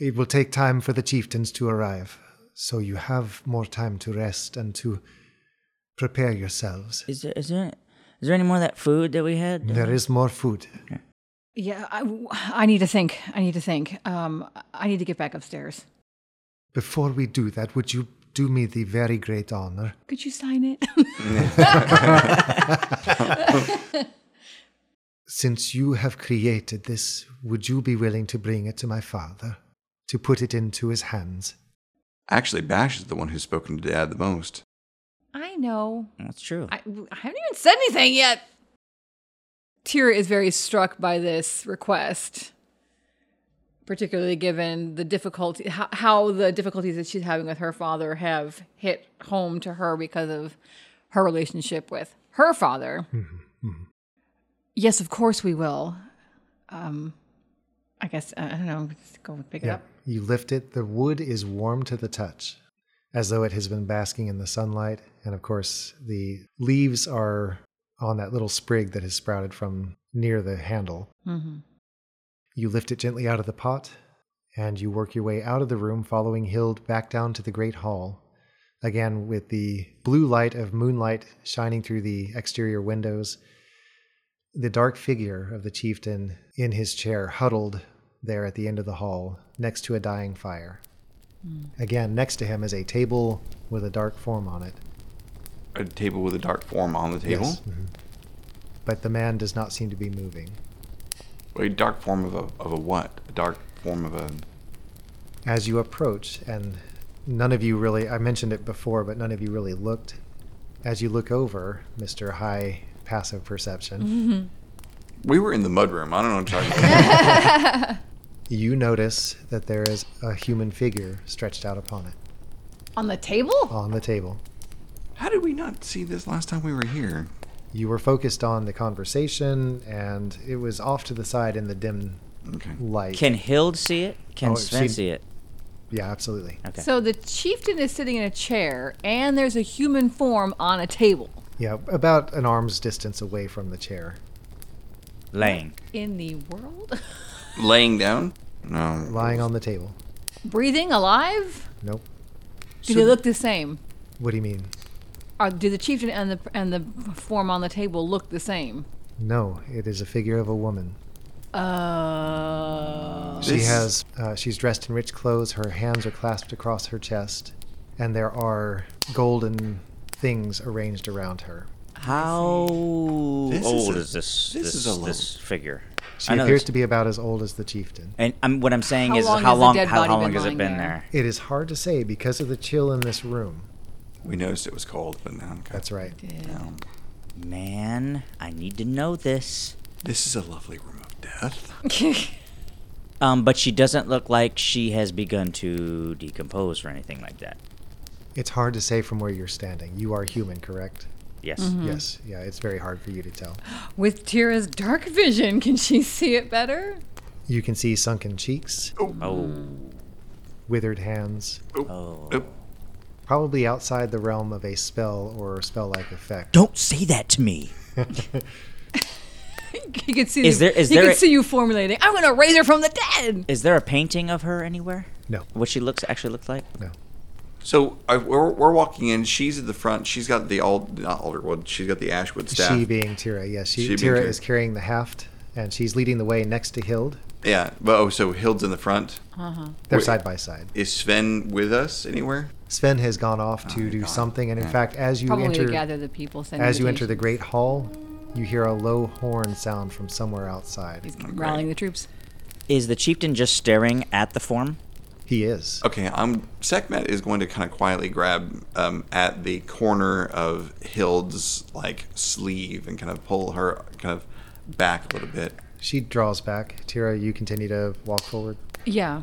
S1: It will take time for the chieftains to arrive, so you have more time to rest and to prepare yourselves.
S2: Is there, is there, is there any more of that food that we had?
S1: There is more food.
S4: Yeah, I, I need to think. I need to think. Um, I need to get back upstairs.
S1: Before we do that, would you do me the very great honor?
S4: Could you sign it?
S1: Since you have created this, would you be willing to bring it to my father, to put it into his hands?
S3: Actually, Bash is the one who's spoken to Dad the most.
S4: I know.
S2: That's true.
S4: I, I haven't even said anything yet. Tira is very struck by this request, particularly given the difficulty, how, how the difficulties that she's having with her father have hit home to her because of her relationship with her father. Yes, of course we will. Um, I guess I don't know. Let's go and pick it up.
S1: You lift it. The wood is warm to the touch, as though it has been basking in the sunlight. And of course, the leaves are on that little sprig that has sprouted from near the handle.
S4: Mm-hmm.
S1: You lift it gently out of the pot, and you work your way out of the room, following Hild back down to the great hall. Again, with the blue light of moonlight shining through the exterior windows, the dark figure of the chieftain in his chair, huddled there at the end of the hall, next to a dying fire. Again, next to him is a table with a dark form on it,
S3: A table with a dark form on the table.
S1: Yes. Mm-hmm. but the man does not seem to be moving.
S3: A dark form of a of a what? A dark form of a.
S1: as you approach, and none of you really, I mentioned it before, but none of you really looked. As you look over, Mr. High Passive Perception,
S3: We were in the mud room. I don't know what I'm talking about.
S1: you notice that there is a human figure stretched out upon it
S4: On the table?
S1: on the table.
S3: How did we not see this last time we were here?
S1: You were focused on the conversation, and it was off to the side in the dim
S3: Okay.
S1: light.
S2: Can Hild see it? Can
S1: Oh, I've
S2: Sven
S1: seen-
S2: see it?
S1: yeah, absolutely.
S2: Okay.
S4: So the chieftain is sitting in a chair, and there's a human form on a table.
S1: Yeah, about an arm's distance away from the chair,
S2: Laying.
S4: In the world?
S3: Laying down? No.
S1: lying on the table.
S4: Breathing, alive?
S1: Nope.
S4: Do they look the same?
S1: What do you mean?
S4: Are, do the chieftain and the and the form on the table look the same?
S1: No, it is a figure of a woman.
S4: Uh,
S1: She
S3: This-
S1: has. Uh, she's dressed in rich clothes. Her hands are clasped across her chest, and there are golden things arranged around her.
S2: How
S3: This is
S2: old
S3: a-
S2: is this
S3: this
S2: this,
S3: is a lo-
S2: this figure?
S1: She
S2: I know
S1: appears
S2: this-
S1: to be about as old as the chieftain.
S2: And I'm, what I'm saying
S4: How
S2: is,
S4: long
S2: how
S4: has the
S2: long?
S4: dead
S2: How,
S4: body
S2: how long
S4: been
S2: has it
S4: lying
S2: been
S4: there?
S2: there?
S1: It is hard to say because of the chill in this room.
S3: We noticed it was cold, but now. Okay.
S1: That's right.
S3: Um,
S2: Man, I need to know this.
S3: this is a lovely room of death.
S2: Um, but she doesn't look like she has begun to decompose or anything like that.
S1: It's hard to say from where you're standing. You are human, correct?
S2: Yes.
S1: Yes. Yeah, it's very hard for you to tell.
S4: with Tira's dark vision, can she see it better?
S1: You can see sunken cheeks,
S2: Oh,
S1: withered hands,
S2: oh.
S1: probably outside the realm of a spell or spell-like effect.
S2: Don't say that to me.
S4: He could see.
S2: Is there- is
S4: he
S2: there
S4: could
S2: a-
S4: see you formulating. I'm gonna raise her from the dead.
S2: Is there a painting of her anywhere?
S1: No.
S2: What she looks actually looks like?
S1: No.
S3: So I, we're, we're walking in. She's at the front. She's got the old, not alderwood. She's got the ashwood staff.
S1: She being Tira, yes. She,
S3: She being
S1: Tira
S3: Tira.
S1: is carrying the haft, and she's leading the way next to Hild.
S3: yeah. But oh, so Hild's in the front.
S1: They're
S3: Wait.
S1: side by side.
S3: Is Sven with us anywhere?
S1: Sven has gone off to do
S3: God.
S1: something, and in fact, as you
S4: Probably
S1: enter,
S4: to gather the people. Send
S1: as you enter the great hall, you hear a low horn sound from somewhere outside.
S4: He's rallying the troops.
S2: Is the chieftain just staring at the form?
S1: He is.
S3: Okay. I'm Sekhmet is going to kind of quietly grab um, at the corner of Hild's like sleeve and kind of pull her kind of back a little bit.
S1: She draws back. Tira, you continue to walk forward.
S4: Yeah.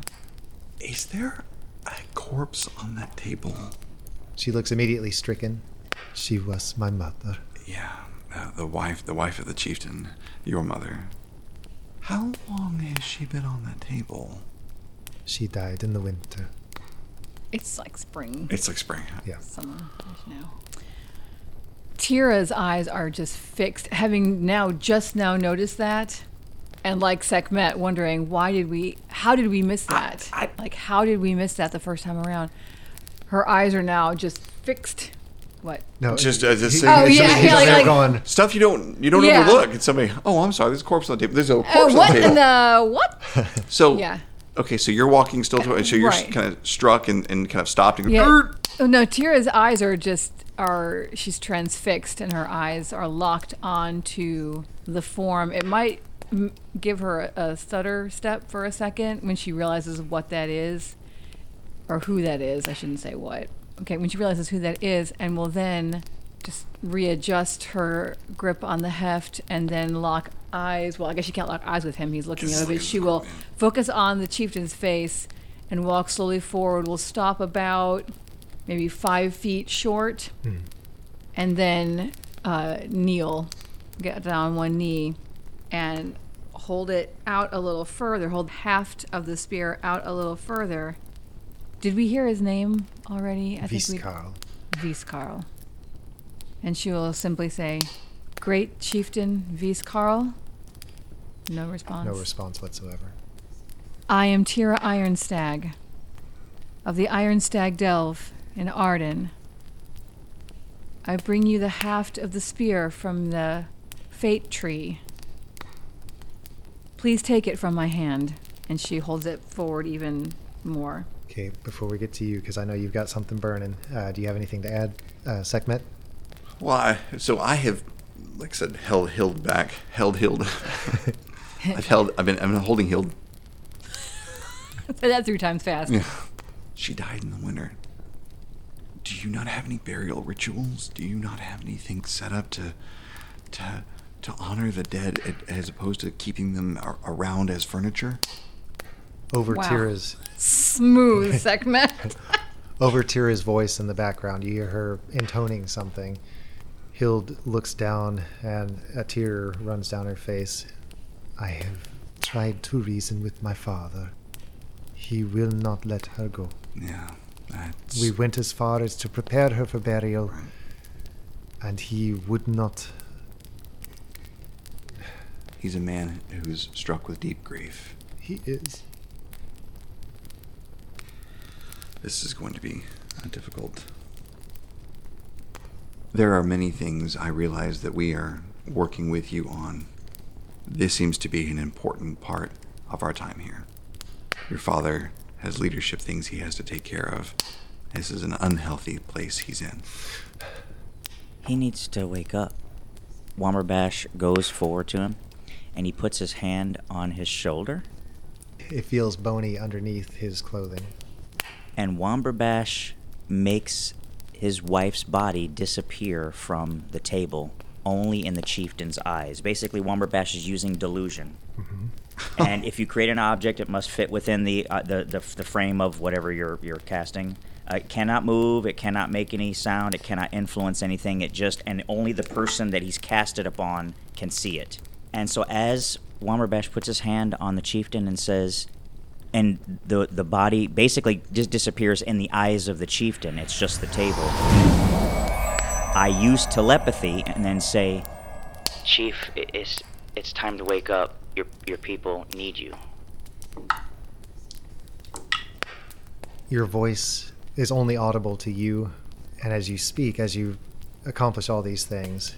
S3: Is there a corpse on that table?
S1: She looks immediately stricken. She was my mother.
S3: Yeah, uh, the wife, the wife of the chieftain, your mother. How long has she been on that table?
S1: She died in the winter.
S4: It's like spring,
S3: It's like spring.
S4: summer now. Tira's eyes are just fixed, having now just now noticed that, and like Sekhmet, wondering why did we, how did we miss that? like how did we miss that the first time around? Her eyes are now just fixed. What?
S1: No,
S3: Just as a
S4: Oh,
S1: he's-
S4: yeah,
S1: he's
S4: yeah, like-
S1: there
S4: like-
S1: going,
S3: Stuff you don't you don't
S4: Yeah.
S3: overlook. It's somebody. Oh, I'm sorry. There's a corpse on the table. There's a
S4: Uh,
S3: corpse
S4: what
S3: on the
S4: in
S3: table.
S4: the what?
S3: so
S4: Yeah.
S3: Okay, so you're walking still, to, and so you're
S4: Right.
S3: kind of struck and, and kind of stopped and
S4: Yeah.
S3: "Er."
S4: Oh, no, Tira's eyes are just are she's transfixed and her eyes are locked onto the form. It might m- give her a, a stutter step for a second when she realizes what that is or who that is. I shouldn't say what. Okay, when she realizes who that is and will then just readjust her grip on the heft and then lock eyes. Well, I guess she can't lock eyes with him. He's looking over, but she will focus on the chieftain's face and walk slowly forward. Will stop about maybe five feet short, and then uh, kneel, get down on one knee, and hold it out a little further. Hold the haft of the spear out a little further. Did we hear his name already? I
S1: Viscarl.
S4: we Viscarl. And she will simply say, great chieftain Vis Carl? No response.
S1: No response whatsoever.
S4: I am Tira Ironstag of the Ironstag Delve in Arden. I bring you the haft of the spear from the Fate Tree. Please take it from my hand. And she holds it forward even more.
S1: Okay, before we get to you, because I know you've got something burning, uh, do you have anything to add, uh, Sekhmet?
S3: Well, I, so I have, like I said, held Hild back. Held Hild. I've held. I've been. I've been holding Hild.
S4: Say that three times fast.
S3: She died in the winter. Do you not have any burial rituals? Do you not have anything set up to, to, to honor the dead a- as opposed to keeping them ar- around as furniture?
S1: Over
S4: Wow.
S1: Tira's
S4: Smooth segment.
S1: over Tira's voice in the background, you hear her intoning something. Hild looks down, and a tear runs down her face. I have tried to reason with my father. He will not let her go.
S3: Yeah, that's
S1: We went as far as to prepare her for burial, and he would not.
S3: He's a man who's struck with deep grief.
S1: He is.
S3: This is going to be uh, difficult. There are many things I realize that we are working with you on. This seems to be an important part of our time here. Your father has leadership things he has to take care of. This is an unhealthy place he's in.
S2: He needs to wake up. Wammerbash goes forward to him and he puts his hand on his shoulder.
S1: It feels bony underneath his clothing.
S2: And Wamberbash makes his wife's body disappear from the table, only in the chieftain's eyes. Basically, Wamberbash is using delusion. and if you create an object, it must fit within the, uh, the, the the frame of whatever you're you're casting. Uh, it cannot move. It cannot make any sound. It cannot influence anything. It just and only the person that he's cast it upon can see it. And so as Wamberbash puts his hand on the chieftain and says, and the the body basically just disappears in the eyes of the chieftain. It's just the table. I use telepathy and then say, "Chief, i- it's it's time to wake up. Your your people need you."
S1: your voice is only audible to you, and as you speak, as you accomplish all these things,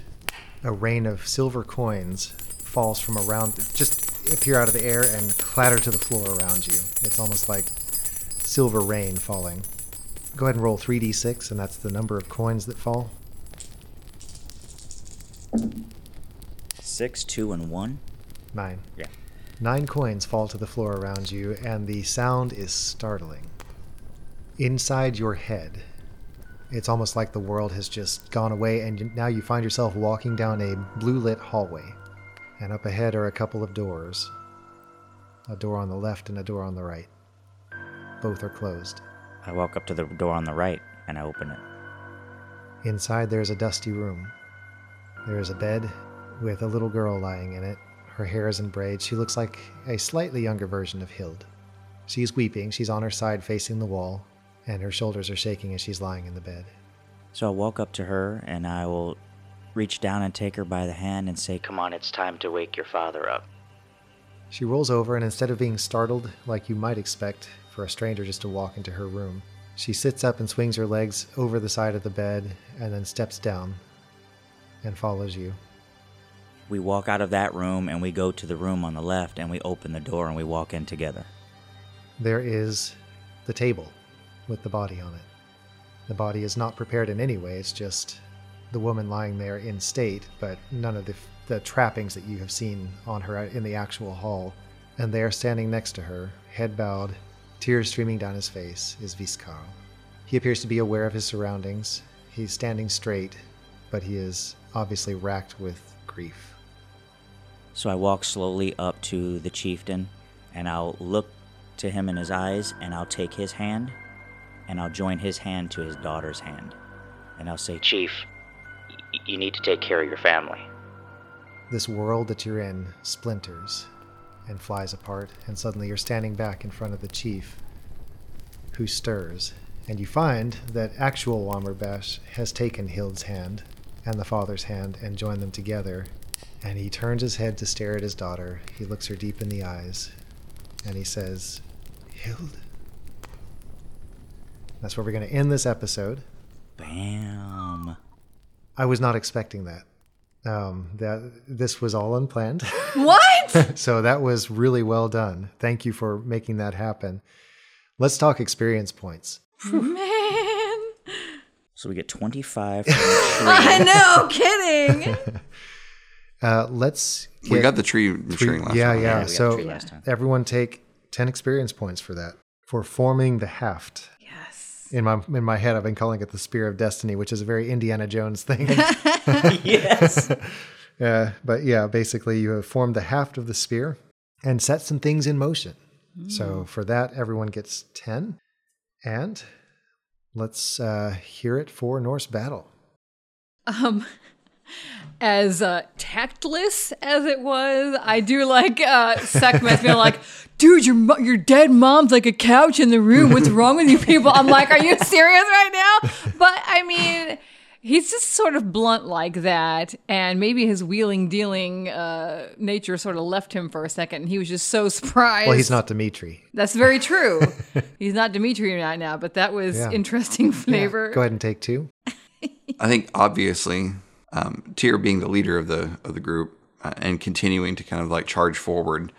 S1: a rain of silver coins falls from around, just appear out of the air and clatter to the floor around you. It's almost like silver rain falling. Go ahead and roll 3d6, and that's the number of coins that fall.
S2: Six, two, and one.
S1: Nine.
S2: Yeah.
S1: Nine coins fall to the floor around you, and the sound is startling. Inside your head, it's almost like the world has just gone away, and you- now you find yourself walking down a blue lit hallway. And up ahead are a couple of doors a door on the left and a door on the right. Both are closed.
S2: I walk up to the door on the right and I open it.
S1: Inside, there is a dusty room. There is a bed with a little girl lying in it. Her hair is in braids. She looks like a slightly younger version of Hild. She's weeping. She's on her side facing the wall, and her shoulders are shaking as she's lying in the bed.
S2: So I walk up to her and I will reach down and take her by the hand and say, "Come on, it's time to wake your father up."
S1: She rolls over, and instead of being startled like you might expect for a stranger just to walk into her room, she sits up and swings her legs over the side of the bed and then steps down and follows you.
S2: We walk out of that room and we go to the room on the left and we open the door and we walk in together.
S1: There is the table with the body on it. The body is not prepared in any way, it's just the woman lying there in state, but none of the, the trappings that you have seen on her in the actual hall. And there, standing next to her, head bowed, tears streaming down his face, is Viscarl. He appears to be aware of his surroundings. He's standing straight, but he is obviously racked with grief.
S2: So I walk slowly up to the chieftain and I'll look to him in his eyes and I'll take his hand and I'll join his hand to his daughter's hand. And I'll say, Chief, y- you need to take care of your family.
S1: This world that you're in splinters and flies apart, and suddenly you're standing back in front of the chief, who stirs, and you find that actual Wammerbash has taken Hild's hand and the father's hand and join them together. And he turns his head to stare at his daughter. He looks her deep in the eyes and he says, Hild. That's where we're going to end this episode.
S2: Bam.
S1: I was not expecting that. Um, that this was all unplanned.
S4: What?
S1: so that was really well done. Thank you for making that happen. Let's talk experience points.
S4: Man.
S2: So we get 25 from the tree.
S4: I know, kidding.
S1: Uh, let's
S3: We
S1: get-
S3: got the tree maturing last
S1: yeah,
S3: time.
S1: yeah.
S2: we got
S1: so
S2: three last time.
S1: everyone take ten experience points for that for forming the haft.
S4: yes.
S1: In my in my head, I've been calling it the spear of destiny, which is a very Indiana Jones thing.
S2: yes.
S1: uh, but yeah, basically, you have formed the haft of the spear and set some things in motion.
S3: Mm.
S1: So for that, everyone gets ten, and let's uh, hear it for Norse battle.
S4: Um as uh, tactless as it was, I do like uh Sekhmet being like, dude, your mo- your dead mom's like a couch in the room. What's wrong with you people? I'm like, are you serious right now? But I mean, he's just sort of blunt like that, and maybe his wheeling dealing uh, nature sort of left him for a second, and he was just so surprised.
S1: Well, he's not Dimitri.
S4: That's very true. He's not Dimitri right now, but that was
S1: Yeah.
S4: interesting flavor.
S1: Go ahead and take two.
S3: I think obviously, um, Tyr being the leader of the of the group uh, and continuing to kind of like charge forward.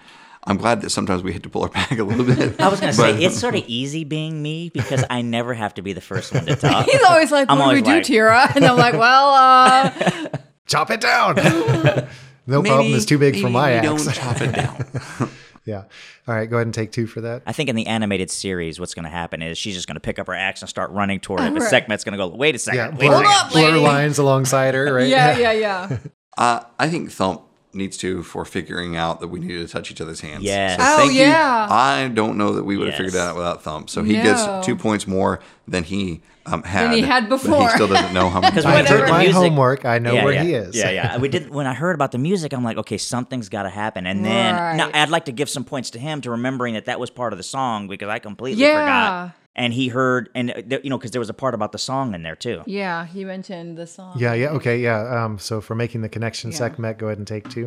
S3: I'm glad that sometimes we had to pull her back a little bit.
S2: I was going to
S3: But-
S2: say, it's sort of easy being me because I never have to be the first one to talk.
S4: He's always like,
S2: I'm
S4: "What do we
S2: always
S4: do,
S2: like-
S4: Tira?" And I'm like, "Well, uh,
S1: Chop it down. no problem. It's too big for
S3: maybe
S1: my
S3: we
S1: axe.
S3: Don't chop it down.
S1: Yeah. All right. Go ahead and take two for that.
S2: I think in the animated series, what's going to happen is she's just going to pick up her axe and start running toward it. But
S4: Right.
S2: Sekhmet's going to go, wait a second.
S1: Yeah.
S2: wait a
S1: Blur,
S2: second.
S4: up,
S1: blur
S4: lady.
S1: lines alongside her, right?
S4: yeah, yeah, yeah."
S3: Uh, I think Thump needs to for figuring out that we needed to touch each other's hands.
S2: Yes.
S3: So
S4: Oh,
S3: thank you.
S4: yeah.
S3: I don't know that we would have figured
S2: Yes.
S3: that out without Thump. So he
S4: No.
S3: gets two points more than he um, had.
S4: he had
S3: but
S4: before.
S3: he still doesn't know how many.
S2: Because
S1: I
S3: times.
S2: whatever.
S1: did my
S2: Music-
S1: homework. I know
S2: yeah,
S1: where
S2: yeah.
S1: he is.
S2: Yeah, yeah. We did when I heard about the music, I'm like, okay, something's got to happen. And then now
S4: Right.
S2: I'd like to give some points to him to remembering that that was part of the song because I completely
S4: Yeah.
S2: forgot. And he heard, and uh, th- you know, because there was a part about the song in there too.
S4: Yeah, he mentioned the song.
S1: Yeah, yeah, okay, yeah. Um, so for making the connection, Sekhmet, go ahead and take two.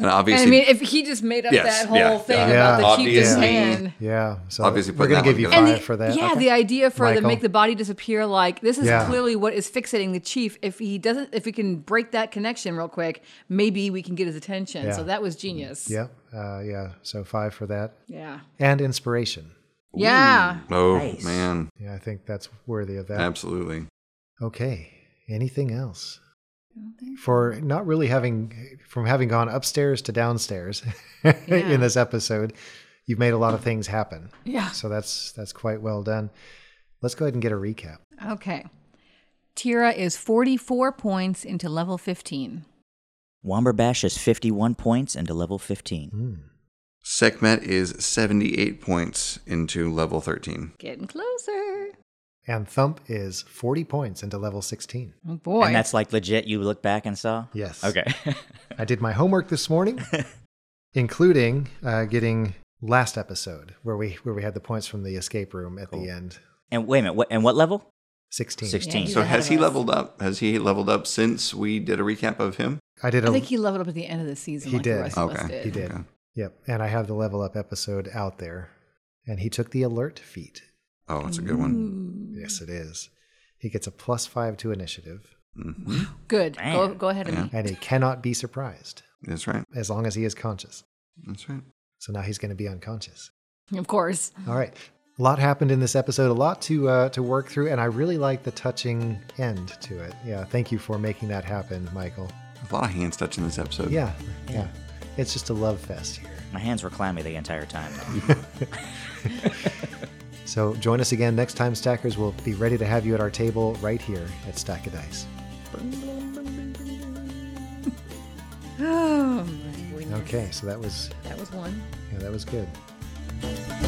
S3: And
S4: And
S3: obviously,
S4: I mean, if he just made up
S3: Yes,
S4: that whole
S3: yeah,
S4: thing
S3: yeah.
S4: about the cheapest
S3: Obviously.
S4: hand.
S1: Yeah, so
S3: Obviously
S1: we're
S3: putting
S1: gonna give
S3: that one
S1: you
S3: together.
S1: five
S4: And the,
S1: for that.
S4: yeah,
S1: Okay.
S4: the idea for the
S1: Michael?
S4: make the body disappear, like this is
S1: Yeah.
S4: clearly what is fixating the chief. If he doesn't, if we can break that connection real quick, maybe we can get his attention.
S1: Yeah.
S4: So that was genius.
S1: yeah, uh, yeah. So five for that
S4: Yeah.
S1: and inspiration.
S4: Yeah.
S3: oh
S2: Nice.
S3: man,
S1: Yeah, I think that's worthy of that.
S3: absolutely.
S1: Okay. Anything else? For not really having, from having gone upstairs to downstairs
S4: Yeah.
S1: in this episode, you've made a lot of things happen.
S4: Yeah.
S1: So that's that's quite well done. Let's go ahead and get a recap.
S4: Okay. Tira is 44 points into level 15.
S2: Womberbash is 51 points into level 15.
S1: Hmm.
S3: Sekhmet is 78 points into level 13.
S4: Getting closer.
S1: And Thump is 40 points into level 16.
S4: Oh boy.
S2: And that's like legit. You look back and saw.
S1: Yes.
S2: Okay.
S1: I did my homework this morning, including uh, getting last episode where we where we had the points from the escape room at the end.
S2: and wait a minute. What, and what level?
S1: 16.
S2: 16.
S4: He's
S3: so
S4: ahead
S3: has
S4: of
S3: he
S4: us.
S3: leveled up? Has he leveled up since we did a recap of him?
S1: I did a
S4: I think he leveled up at the end of the season.
S1: He
S4: like
S1: did.
S4: The rest of us
S3: Okay.
S4: did.
S1: he did.
S3: Okay.
S1: Yep. And I have the level up episode out there. And he took the alert feat.
S3: Oh, that's a good one.
S4: Mm.
S1: Yes, it is. He gets a plus 5 to initiative
S3: Mhm.
S4: Good. Go,
S2: Man.
S4: go ahead and
S1: and he cannot be surprised
S3: That's right.
S1: as long as he is conscious.
S3: That's right.
S1: So now he's going to be unconscious.
S4: Of course.
S1: All right. A lot happened in this episode, a lot to uh, to work through, and I really like the touching end to it. Yeah, thank you for making that happen, Michael.
S3: A lot of hands touching this episode.
S1: Yeah, yeah. It's just a love fest here.
S2: My hands were clammy the entire time.
S1: So join us again next time, Stackers. We'll be ready to have you at our table right here at Stack of Dice.
S4: Oh,
S1: Okay, so that was
S4: Oh, that was one.
S1: yeah, that was good.